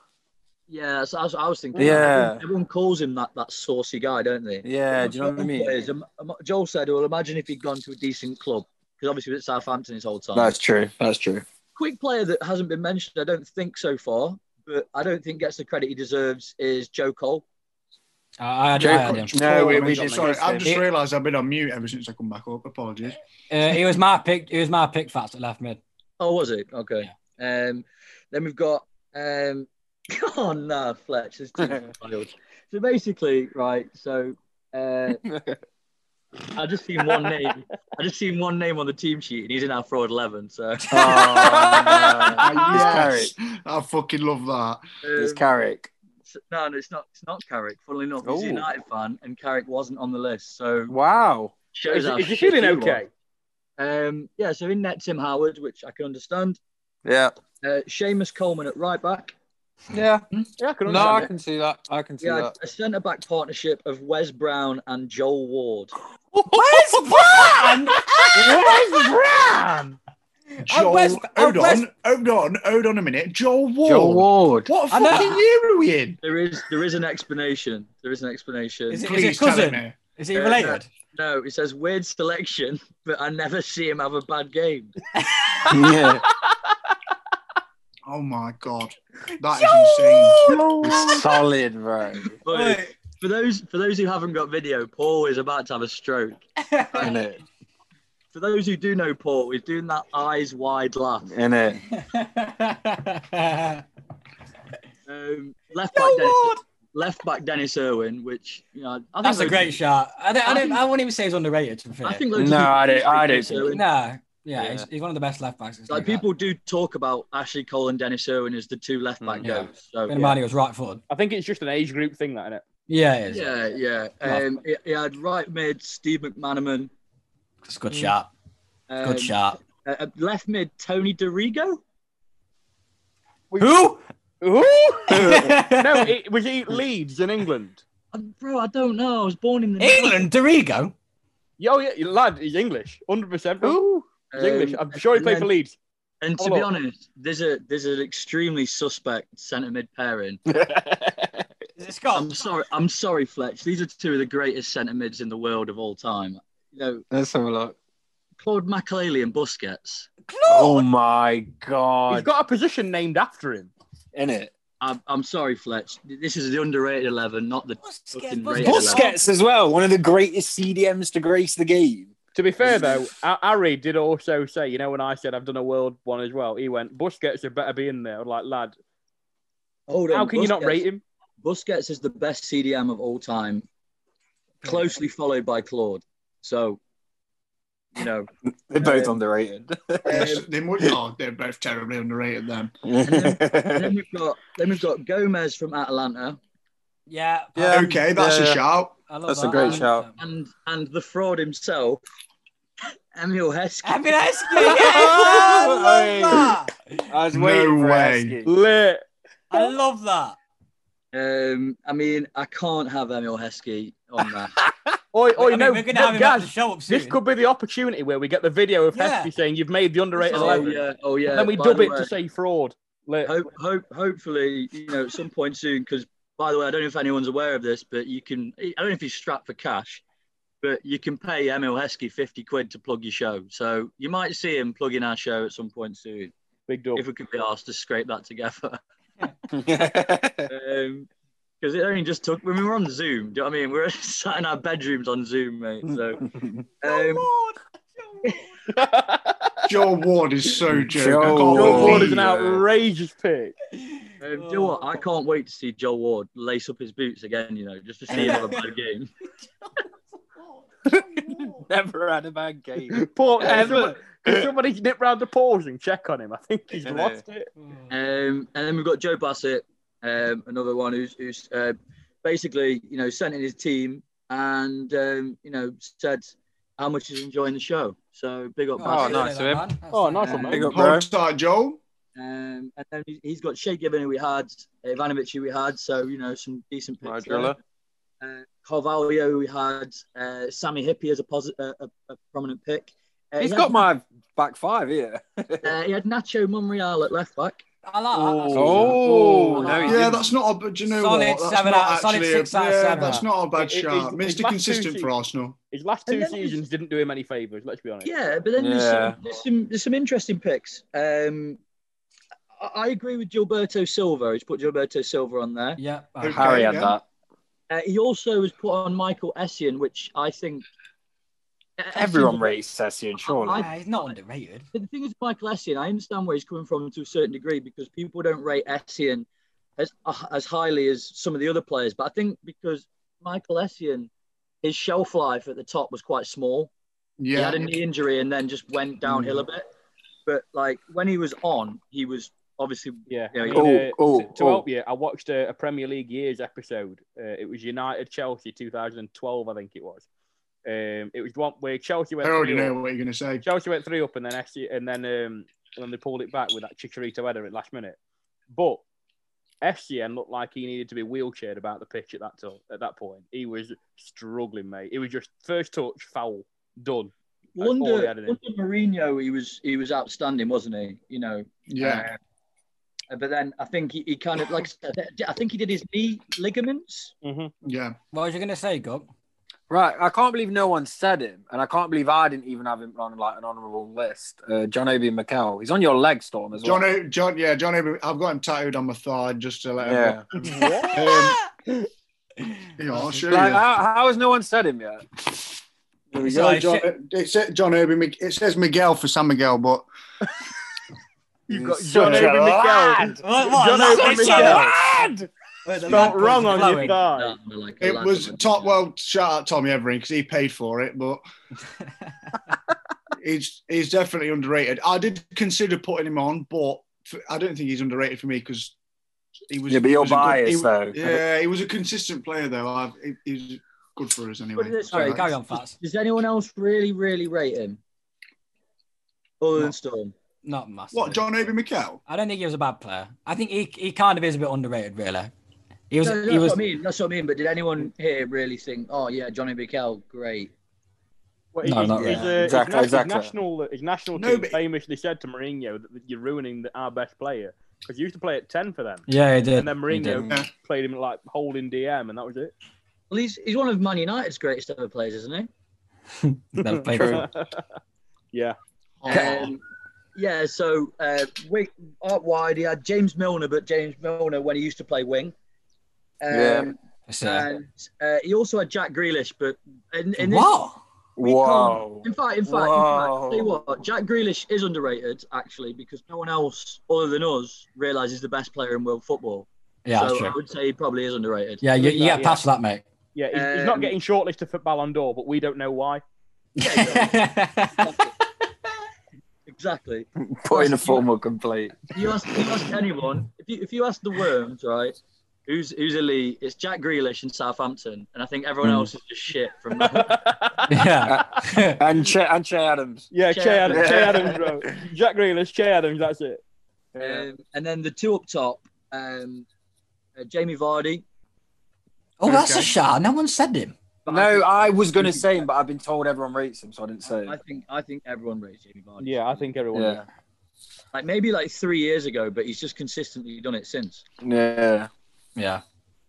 Yeah, so I was, I was thinking.
Yeah.
Everyone, everyone calls him that that saucy guy, don't they?
Yeah, do you know what I mean?
Is, um, um, Joel said, "Well, imagine if he'd gone to a decent club, because obviously it's Southampton his whole time."
That's true. That's true.
Quick player that hasn't been mentioned, I don't think so far, but I don't think gets the credit he deserves is Joe Cole.
I, I, I had him.
No, we- we
Sorry,
discussed
I've
it. [laughs]
just realised I've been on mute ever since I come back up. Apologies.
Uh, it was my pick. It was my pick. Fats at left mid.
Oh, was it? Okay. Um, then we've got. Um, [laughs] oh no, Fletch. This
[laughs]
team's wild. So basically, right. So uh, I just seen one name. I just seen one name on the team sheet, and he's in our fraud eleven. So.
Oh,
Ah,
Carrick.
yes. I fucking love that.
It's
um,
Carrick.
S- No, no, it's not. It's not Carrick. Funnily enough, he's a
Oh.
Ooh.
United fan, and Carrick wasn't on the list, so
Wow.
shows
Is,
how
is he
shit
feeling
he was.
okay?
Um, yeah. So in net, Tim Howard, which I can understand.
Yeah.
Uh, Seamus Coleman at right back.
Yeah.
Yeah, I can
No, I
understand.
can see that. I can see
Yeah,
that.
a centre back partnership of Wes Brown and Joel Ward.
Where's Bran? Where's Bran?
Joel,
West- I'm
hold on,
West-
hold on, hold on a minute. Joel Ward.
Joe [laughs] Ward.
What
I know-
fucking year are we in?
There is there is an explanation. There is an explanation.
Is it-
Please
cousin?
tell me.
Is he
Uh, no.
related?
No, it says weird selection, but I never see him have a bad game.
yeah.
Oh my god, that is insane.
Solid, bro.
But for those for those who haven't got video, Paul is about to have a stroke.
In it.
For those who do know Paul, he's doing that eyes wide laugh.
In it.
[laughs]
Um, left back
Oh,
Dennis,
Lord.
left back Dennis Irwin, which you know I think
That's a
those-
great shot. I, don't, I,
I
don't,
think-
I wouldn't even say he's underrated. To be fair.
I think loads of
No,
people
I don't. I don't
Dennis
think.
Irwin.
Nah, yeah,
Yeah.
He's, he's one of the best left backs.
Like people do talk about Ashley Cole and Dennis Irwin as the two left back
Mm, yeah.
goats. So
Ben Marnie was right footed.
I think it's just an age group thing, that, innit?
Yeah, it is.
yeah, yeah. Um, he, he had right mid Steve McManaman.
It's a good
Mm.
shot.
Um,
Good
[laughs]
shot.
uh, uh, left mid Tony DiRigo.
Who?
Ooh! [laughs] no,
[laughs] no,
it, was he at Leeds in England?
Uh, Bro, I don't know. I was born in the
England, Dorigo.
Yo, yeah, your lad, he's English, hundred percent.
[laughs]
Ooh, he's
Um,
English. I'm sure he
and
played
then-
for Leeds.
And to
Hold
be
on.
honest, there's a there's an extremely suspect centre mid pairing.
Is it
I'm
Scott?
sorry, I'm sorry, Fletch. These are two of the greatest centre mids in the world of all time. You know,
Let's have a look.
Claude McAlealy and Busquets.
Oh my
He's
god.
got a position named after him.
In it.
I'm, I'm sorry, Fletch. This is the underrated eleven, not the Oh, fucking
Busquets.
rated
Busquets.
11.
Busquets as well. One of the greatest CDMs to grace the game.
To be fair though, A- Harry did also say, you know, when I said I've done a world one as well, he went Busquets had better be in there. I'm like, lad,
Hold
how can you not
Busquets-
rate him?
Busquets is the best CDM of all time, closely followed by Claude. So, you [laughs] know,
They're both underrated.
Yes, they mu- oh, they're both terribly underrated. Then
and then we've got then we've got Gomez from Atlanta
Yeah.
Yeah. Um,
okay, that's a
yeah.
shout.
I love
That's a
that.
great
Um,
shout.
and and the fraud himself, Emil
I
Heskey.
mean, that's
[laughs]
good. Yeah, I
Hey.
love that.
I was
No
waiting for
way.
Heskey.
Lit.
I love that.
Um, I mean, I can't have Emil Heskey on that.
Oi, oi,
Oh,
I mean,
no,
we're gonna
no,
have him at the
guys,
show up soon.
this could be the opportunity where we get the video of
Yeah.
Heskey saying you've made the underrated
Oh,
oh
eleven,
yeah, oh yeah.
and then we
by
dub
the
it
way.
to say fraud. Lit.
hope, hope, hopefully, you know, at some point soon. Because by the way, I don't know if anyone's aware of this, but you can. I don't know if he's strapped for cash, but you can pay Emil Heskey fifty quid to plug your show. So you might see him plugging our show at some point soon,
[laughs]
Big dub.
if we could be asked to scrape that together.
[laughs]
Because it only just took when we were on Zoom. Do you know what I mean? We We're [laughs] sat in our bedrooms on Zoom,
[laughs]
mate. So um,
Oh, Lord.
Joe Ward is so joke. I
Joe
can't
Joe Ward is
believe
an
it.
outrageous pick.
um, do you know what? I can't wait to see Joel Ward lace up his boots again. You know, just to see
[laughs]
him have a bad game.
[laughs] Never had a bad game.
Poor,
[laughs] Ever.
somebody, could somebody nip round the pause and check on him? I think he's
Yeah.
lost it.
Um, and then we've got Joe Bassett, um, another one who's, who's uh, basically, you know, sent in his team and, um, you know, said how much he's enjoying the show. So big up
Oh,
Bassett.
nice of him.
Oh, nice one,
Uh,
mate.
Big up, bro.
Hold tight, Joe.
Um, and then he- he's got Shea Given, who we had, Ivanovic, who we had. So, you know, some decent picks.
Marjola.
there. Uh, Carvalho, who we had. Uh, Sammy Hippie as a, posi- uh, a, a prominent pick. Uh,
He's
he
got
had-
my back five here.
Uh, he had Nacho Monreal at left back.
I like that. That's awesome.
Oh, no, he
Yeah,
didn't.
that's not a. But do you know
Solid
what? That's
seven
not
out- solid
actually
six
a,
out of
yeah,
seven.
That's not a bad
It- it-
shout.
it's-
Mr.
it's last
Consistent
two
for Arsenal.
His last two
And then
seasons
he's-
didn't do him any favours, let's be honest.
Yeah, but then
Yeah.
There's, some, there's some there's some interesting picks. Um, I, I agree with Gilberto Silva. He's put Gilberto Silva on there.
Yeah. all
Okay,
right.
Harry had
yeah.
that.
Uh, he also has put on Michael Essien, which I think
Everyone
Essien-
rates Session, surely.
I-
Nah, he's not underrated.
But the thing is, Michael Essien, I understand where he's coming from to a certain degree because people don't rate Essien as uh, as highly as some of the other players. But I think because Michael Essien, his shelf life at the top was quite small. He
Yeah, Mm.
had a knee injury and then just went downhill a bit. But like when he was on, he was obviously
Yeah.
Yeah,
I mean,
yeah.
uh,
Oh, oh,
to, to
oh.
help you, I watched a, a Premier League years episode. Uh, it was United Chelsea 2012, I think it was. Um, it was one where Chelsea
I
went.
already
three oh.
know
up.
what you're going to say.
Chelsea went three up, and then SC, and then um, and then they pulled it back with that Chicharito header at last minute. But SCN looked like he needed to be wheelchaired about the pitch at that to- at that point. He was struggling, mate. It was just first touch, foul, done. That's all he
under
had in him.
under Mourinho. He was he was outstanding, wasn't he? You know. um,
Yeah,
Uh, but then I think he, he kind [laughs] of like I said, I think he did his knee ligaments.
yeah.
What was you going to say, Gub?
Right, I can't believe no one said him, and I can't believe I didn't even have him on like an honourable list. Uh, John Obi Mikel, he's on your leg, Storm as
John,
well.
O- John, yeah, John. Obi- I've got him tattooed on my thigh just to let
Yeah.
him. Um,
What?
Yeah, I'll show
Like,
you.
how, how has no one said him yet?
There we
It's
go,
like
John.
shit.
It says John Obi. Mig- It says Miguel for San Miguel, but
You've got
He's
John
such a
Obi Mikel.
lad.
What? what?
John
That's
Obi
what
Mikel.
I'm saying. Wait, the
Spelt
mad
wrong
boys
on your
blowing.
thigh.
No, I like I
it
like
was
them.
top. Well, shout out Tommy Evering because he paid for it, but he's he's definitely underrated. I did consider putting him on, but f- I don't think he's underrated for me because he was.
Yeah, but
he
you're
was a good- he
biased
was-
though.
Yeah, he was a consistent player though. I've, he, he's good for us anyway.
Put it this
Sorry,
way,
carry on, Fats.
Does anyone else really, really rate him? Other than
No.
Storm.
Not massive.
What John Obi Mikel?
I don't think he was a bad player. I think he he kind of is a bit underrated, really. He was
No, no,
he
that's
was
what I mean. That's what I mean. But did anyone here really think, oh, yeah, Johnny Bikel, great?
Well,
No,
he's-
not
he's,
really.
uh, his
Exactly,
na- his
exactly.
national, uh, his national
No,
team
but-
famously said to Mourinho that you're ruining the, our best player because he used to play at ten for them,
yeah he did.
and then
He did.
Mourinho
did.
played him like holding DM, and that was it.
Well, he's, he's one of Man United's greatest ever players, isn't he?
Better play
True.
Hmm, [laughs] yeah,
Um, yeah, so uh, wing, out wide, he had James Milner, but James Milner when he used to play wing. Um,
Yeah.
It's, uh,
And uh, he also had Jack Grealish, but in, in this,
what?
We
Whoa.
in fact, in fact, in fact,
Whoa.
tell you what, Jack Grealish is underrated actually because no one else other than us realizes the best player in world football.
Yeah,
so uh,
that's
I
true.
would say he probably is underrated.
Yeah, you, [laughs]
that,
you get
yeah.
past that, mate.
yeah. He's, he's not
Um,
getting shortlisted for Ballon d'Or, but we don't know
[laughs]
why.
[laughs]
[laughs]
exactly.
Put in a formal complaint.
You ask, you ask anyone if you if you ask the worms, right? Who's who's elite? It's Jack Grealish in Southampton, and I think everyone
Hmm.
else is just shit
[laughs]
from that.
yeah,
yeah.
And che- and Che Adams.
Che,
Che
Adams, Che
Adams.
Adams, bro. Jack Grealish, Che Adams. That's it.
um, and then the two up top, um, uh, Jamie Vardy.
[laughs] oh, that's a
Okay.
shout. No one said him.
but I
No,
think-
I was going to say him, but I've been told everyone rates him, so I didn't say
I
it.
think I think everyone rates Jamie Vardy.
Yeah, I think everyone.
Oh, Yeah.
like maybe like three years ago, but he's just consistently done it since.
Yeah.
Yeah.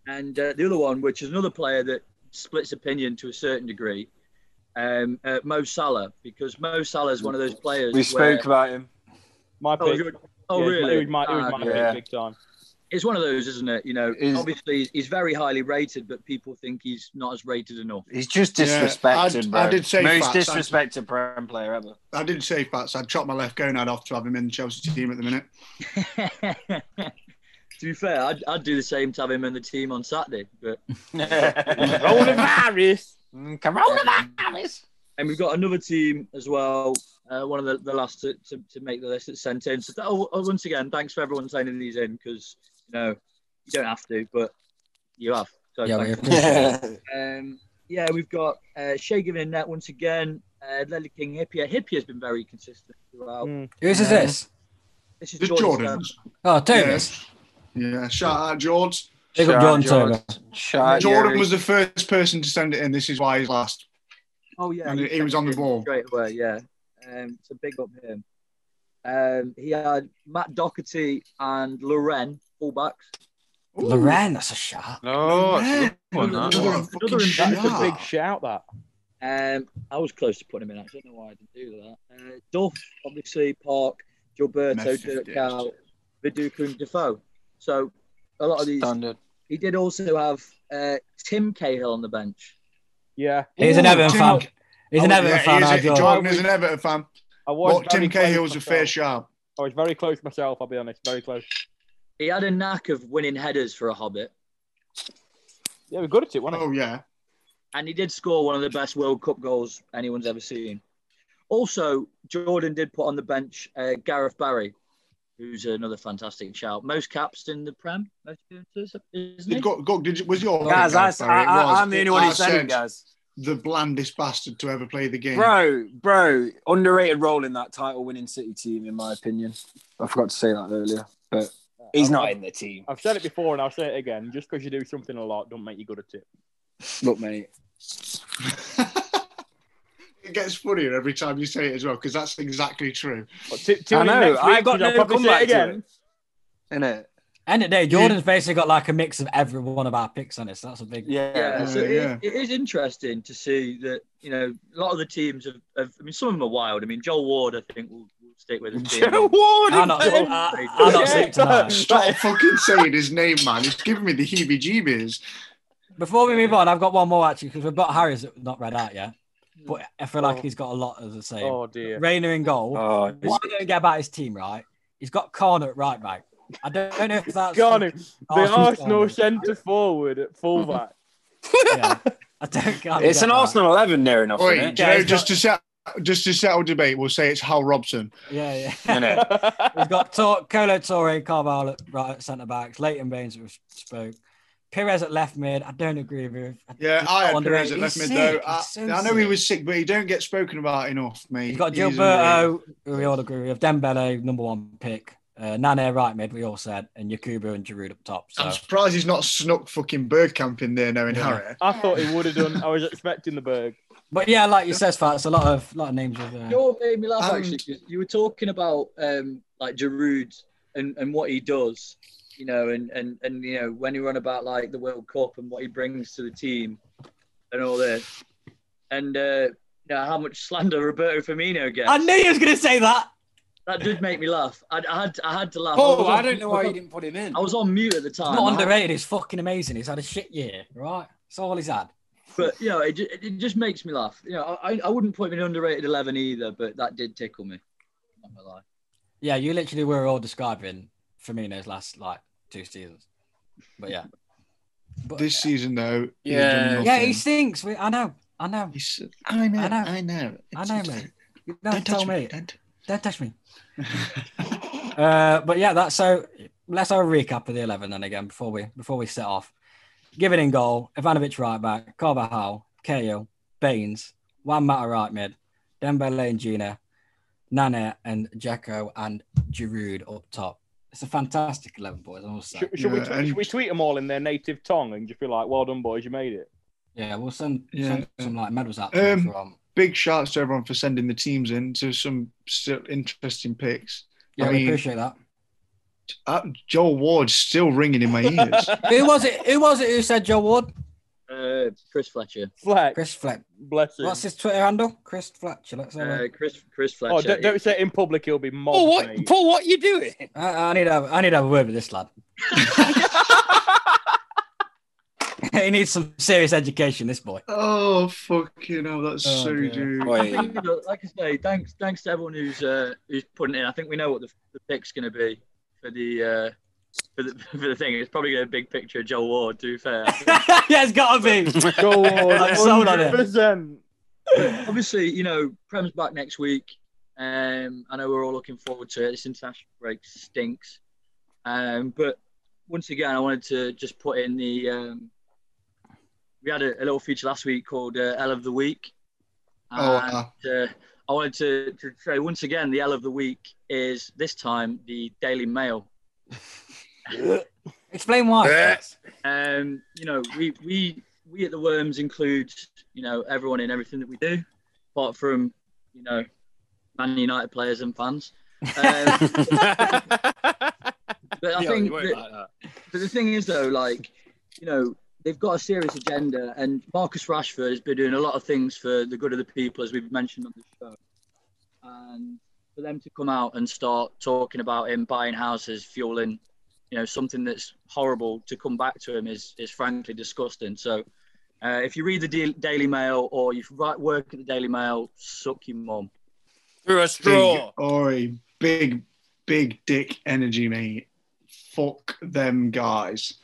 And uh, the other one, which is another player that splits opinion to a certain degree, um, uh, Mo Salah, because Mo Salah is one of those players.
We
where-
spoke about him.
My
Oh,
pick.
you're- oh,
Yeah,
really?
It was my, it was
Ah,
my
okay.
pick
Yeah.
big time.
It's one of those, isn't it? You know,
Is-
obviously he's very highly rated, but people think he's not as rated enough.
He's just
Yeah,
disrespected,
I-
bro.
I did say
most
facts,
disrespected Prem player [laughs] ever.
I did say Fats. I'd chop my left gonad off to have him in the Chelsea team at the minute.
to be fair, I'd, I'd do the same to have him in the team on Saturday, but
[laughs]
Coronavirus.
Mm, Coronavirus.
And we've got another team as well, uh, one of the, the last to, to, to make the list that's sent in. So that, oh, oh, once again, thanks for everyone sending these in because you know you don't have to, but you have. So
Yeah, we
thanks.
appreciate it.
[laughs] Um, yeah, we've got uh, Shea giving a net once again. Uh, Lelly King Hippia. Hippia's been very consistent throughout.
Mm.
Whose is this?
This is
The
Jordan.
Jordans.
Oh, Tobias.
Yeah, shout out George.
Big up Jordan Tobias.
Shout
Jordan
Yuri.
was the first person to send it in. This is why he's last.
Oh yeah,
And he
sent
was on
it
the
in
ball.
straight away. Yeah, um, so big up him. Um, he had Matt Doherty and Loren fullbacks.
Loren, that's a shout.
No,
Oh,
it's a good one,
Another-
that.
What a
another
fucking
investment.
That's a
shout.
big shout. That.
Um, I was close to putting him in. I don't know why I didn't do that. Uh, Duff, obviously, Park, Gilberto,
Meth fifty.
Durkow, Viduka, and Defoe. So a lot of these.
standard.
He did also have uh, Tim Cahill on the bench.
Yeah.
He's an
Ooh,
Everton
Tim-
fan. He's an
Yeah,
Everton fan,
he is
I
a-
Jordan.
Jordan is an Everton fan.
I was
But
very
Tim
close
Cahill's a fair
myself.
shout.
I was very close myself. I'll be honest. Very close.
He had a knack of winning headers for a Hobbit,
Yeah, we're good at it, weren't we?
Oh yeah,
and he did score one of the best World Cup goals anyone's ever seen. Also, Jordan did put on the bench uh, Gareth Barry, who's another fantastic shout. Most caps in the Prem, most appearances, isn't he?
did, go, go, did you, was your
Guys, I,
Sorry, it was.
am the only one
I
who said it,
said
guys.
the blandest bastard to ever play the game.
Bro, bro, underrated role in that title winning City team, in my opinion. I forgot to say that earlier, but he's
I've-
not
I've-
in the team.
I've said it before and I'll say it again. Just because you do something a lot, don't make you good at it.
Look, mate.
[laughs] it gets funnier every time you say it as well because that's exactly true.
[laughs]
But t- tune
I
in
know.
next
I
week
got
'cause I'll
no
probably say
comeback
it again.
again. In it.
End of the day, Jordan's basically got like a mix of every one of our picks on it. So that's a big.
Yeah.
Yeah,
Oh,
so it-
yeah.
it is interesting to see that you know a lot of the teams have. have I mean, some of them are wild. I mean, Joel Ward, I think, will, will stick with his
[laughs]
team.
Joe Ward.
I'm not,
in-
I, I'm not sleep tonight.
Stop fucking saying his name, man. It's giving me the heebie-jeebies.
Before we move on, I've got one more actually because we've got Harry's not read out yet, but I feel like he's got a lot of the same.
Oh dear.
Rayner in goal.
Oh,
What I don't get about his team, right? He's got Connor at right back. I don't, know if that's
Garner, the
Arsenal
Arsenal
forward.
centre forward
[laughs]
at fullback.
Yeah. [laughs] I don't. I
it's
get
an
that.
Arsenal 11 near enough.
Oi,
isn't
do you
it?
Yeah,
know,
he's
just to set, just to settle debate, we'll say it's Hal Robson.
[laughs]
Yeah,
Isn't
yeah.
it?
He's got Tor- Colo Torre, Carvalho at right at centre backs, Leighton Baines at spoke, Perez at left mid. I don't agree with. I-
Yeah,
he's so
I had Perez
underrated.
at left
He's
mid
sick.
though. I,
He's so
I know
sick.
he was sick, but he don't get spoken about enough, mate.
He's got
He's
Gilberto, who we all agree with, Dembele, number one pick, uh, Nane right mid, we all said, and Yakubu and Giroud up top. So
I'm surprised he's not snuck fucking bird camp in there knowing
Yeah.
Harry.
I thought he would have done. I was expecting the Berg.
But yeah, like you said, Fats, a lot of lot of names of uh,
Joel made me laugh
And-
actually 'cause you were talking about um, like Giroud and, and what he does, you know, and, and and you know when you run about like the World Cup and what he brings to the team and all this, and uh, you know how much slander Roberto Firmino gets.
I knew you was gonna say that.
that did make me laugh. I, I had I had to laugh.
Oh,
was on-
I don't know why you didn't put him in.
[laughs] I was on mute at the time.
Not
I-
underrated, he's fucking amazing. He's had a shit year, right? That's all he's had.
But you know, it, ju- it just makes me laugh. You know, I, I wouldn't put him in underrated eleven either, but that did tickle me. Not gonna lie.
Yeah, you literally were all describing Firmino's last like two seasons. But yeah. But,
This season though, he's
Yeah.
done
yeah,
nothing.
he stinks. We, I know, I know,
He's- I know,
I
I
know.
know, I know,
I know, mate. You Don't
touch
tell me.
don't-
Don't touch
[laughs]
me. uh, but yeah, that's so. Let's have a recap of the eleven then again before we before we set off. Give it in goal. Ivanovic right back. Carvajal, Kale, Baines, Juan Mata right mid, Dembele and Gina, Nana and Jacko and Giroud up top. It's a fantastic eleven, boys. I must say.
Should, should, we,
Yeah,
tw-
and-
should we tweet them all in their native tongue and just be like, "Well done, boys, you made it."
Yeah, we'll send,
Yeah.
send some like medals out to
Um,
them from.
Big shouts to everyone for sending the teams in to some still interesting picks.
Yeah,
I
we
mean-
appreciate that.
Uh, Joel Ward's still ringing in my ears.
[laughs]
who was it? Who was it who said Joe Ward?
Uh, Chris Fletcher.
Fleck,
Chris Fletcher.
bless him.
What's his Twitter handle? Chris Fletcher. Let's have a
Uh, Chris Chris Fletcher.
oh, don't, don't say it in public; he'll be
Oh,
mobbed.
Paul, what,
[laughs]
mate.
Paul, what you [laughs] doing?
I, I need to have, I need to have a word with this lad. he needs some serious education, this boy.
[laughs]
[laughs]
oh fucking hell, that's
Oh,
so
dear.
dude.
[laughs]
I think, you know, like I say, thanks thanks to everyone who's uh, who's putting in. I think we know what the, the pick's going to be for the uh, for the [laughs] for the thing. It's probably going to be a big picture of Joel Ward. To be fair,
yeah, it's gotta be.
Go on,
I'm sold on it.
100%.
But obviously, you know, Prem's back next week. Um, I know we're all looking forward to it. This international break stinks, um, but once again, I wanted to just put in the. Um, we had a, a little feature last week called uh, "L of the Week."
Oh,
And-
uh,
uh, I wanted to, to say once again the L of the week is this time the Daily Mail.
Explain why.
Um, you know, we we we at the Worms include you know everyone in everything that we do, apart from you know Man United players and fans.
[laughs]
Um, but I think that- But the thing is, though, like, you know, they've got a serious agenda, and Marcus Rashford has been doing a lot of things for the good of the people, as we've mentioned on the show. And for them to come out and start talking about him buying houses, fueling, you know, something that's horrible to come back to him is, is frankly disgusting. So uh, if you read the Da- Daily Mail or you write work at the Daily Mail, suck your mum.
Through a
big,
straw.
oi, big, big dick energy, mate. Fuck them guys.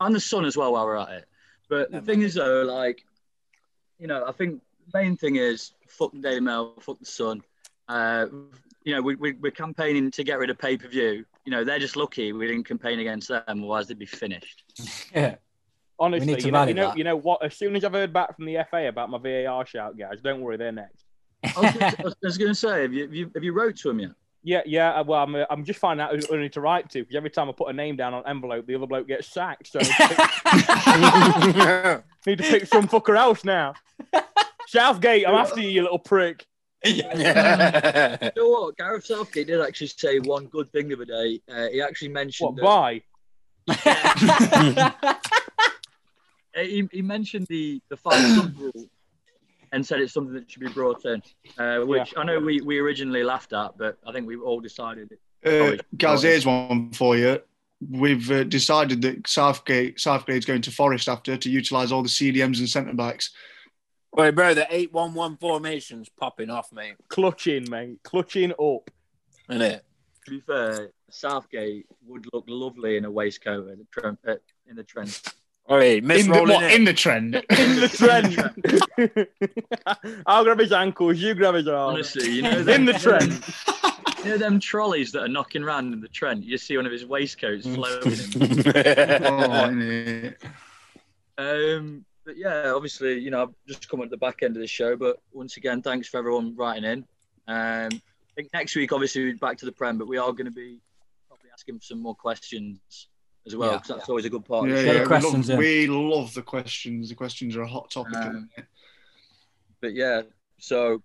and the sun as well while we're at it. But the thing is though, like, you know, I think the main thing is fuck the Daily Mail, fuck the Sun. Uh, you know, we, we, we're campaigning to get rid of pay per view. You know, they're just lucky we didn't campaign against them, otherwise they'd be finished.
Yeah.
Honestly,
need to
you know,
value
you know,
that.
you know what? As soon as I've heard back from the FA about my VAR shout, guys, don't worry, they're next.
I was gonna- I was going to say, have you, have you have you wrote to him yet?
Yeah, yeah. uh, Well, I'm, uh, I'm just finding out who I need to write to because every time I put a name down on an envelope, the other bloke gets sacked.
[laughs]
So I need to pick some fucker else now. Southgate, I'm after you, you little prick.
Yeah.
You know what? Gareth Southgate did actually say one good thing the other day. Uh, he actually mentioned
What,
that-
bye?
Uh, he, he mentioned the the five sub rule and said it's something that should be brought in, uh, which I know we, we originally laughed at, but I think we've all decided it.
Uh, guys, here's one for you. We've uh, decided that Southgate Southgate's going to Forest after to utilise all the CDMs and centre backs.
Wait, bro, the 8-1-1 formation's popping off, mate.
Clutching, mate. Clutching up.
Isn't it?
To be fair, Southgate would look lovely in a waistcoat in the trend. Uh, in the trend.
Oh, yeah, miss
In the,
rolling
what,
[laughs] it.
in the trend.
In
[laughs]
the trend. I'll grab his ankles. You grab his arms.
Honestly, you know
Oh, In the
you know
trend.
[laughs] you know them trolleys that are knocking round in the trend. You see one of
[laughs]
his waistcoats flowing.
Oh, isn't it?
Um, but yeah, obviously, you know, I've just come at the back end of the show. But once again, thanks for everyone writing in. Um, I think next week, obviously, we're back to the Prem, but we are going to be probably asking some more questions as well,
Yeah.
because that's always a good part. of
Yeah, yeah,
the show.
the
we,
questions,
love,
yeah.
we love the questions. The questions are a hot topic.
Um,
isn't it?
But yeah, so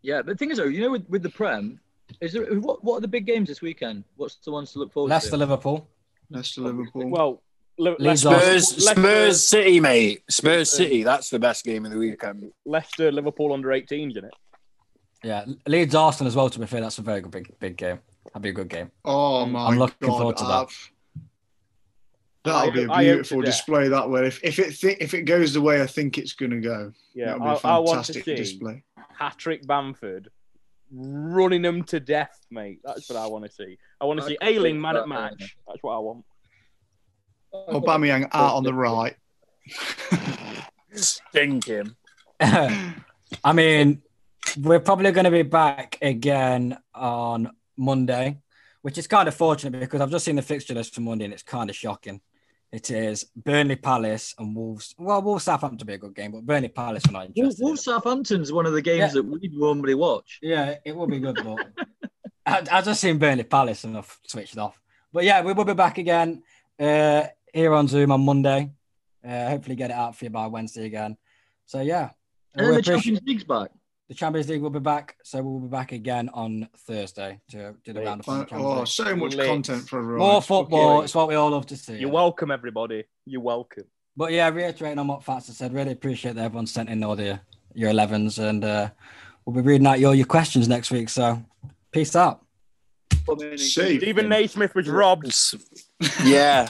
yeah, the thing is, though, you know, with, with the Prem, is there what, what are the big games this weekend? What's the ones to look
[laughs]
forward
Leicester,
to?
Liverpool.
Leicester, Liverpool.
Well, Le-
Leeds
Leicester-
Spurs,
Leicester-
Spurs City, mate. Spurs City. That's the best game of the weekend.
Leicester, Liverpool under 18s, isn't it?
Yeah, Leeds Arsenal as well. To be fair, that's a very good big big game. That'd be a good game.
oh my
I'm looking
God,
forward to that.
I've- That'll be a
I hope- I hope to
beautiful
death.
display. That way, if, if it th- if it goes the way I think it's going to go,
Yeah,
that'll be
I,
a
I want to
fantastic
see
display.
Patrick Bamford running them to death, mate. That's what I want to see. I want to
I
see
could
Ailing
do
man
that,
at match. That's what I want.
Aubameyang out on the right. [laughs]
Stink him.
I mean, we're probably going to be back again on Monday, which is kind of fortunate because I've just seen the fixture list for Monday and it's kind of shocking. It is Burnley Palace and Wolves. Well, Wolves Southampton will be a good game, but Burnley Palace are not
Wolves
interested. in it.
Wolves Southampton's one of the games
Yeah.
that we normally watch.
Yeah, it will be good,
[laughs]
but I, I just seen Burnley Palace and I've switched off. But yeah, we will be back again uh, here on Zoom on Monday. Uh, hopefully, get it out for you by Wednesday again. So yeah,
And
we
then the
appreciate-
Champions League's back.
the Champions League will be back, so we'll be back again on Thursday to do the
Wait,
roundup on the Champions
Oh,
League.
so much
Lit.
content for everyone.
More football,
okay.
it's what we all love to see.
You're welcome, everybody. You're welcome.
But yeah, reiterating on what Fats has said, really appreciate that everyone sent in all the your 11s, and uh, we'll be reading out all your questions next week. So peace out.
See.
Stephen Naismith was robbed.
Yeah.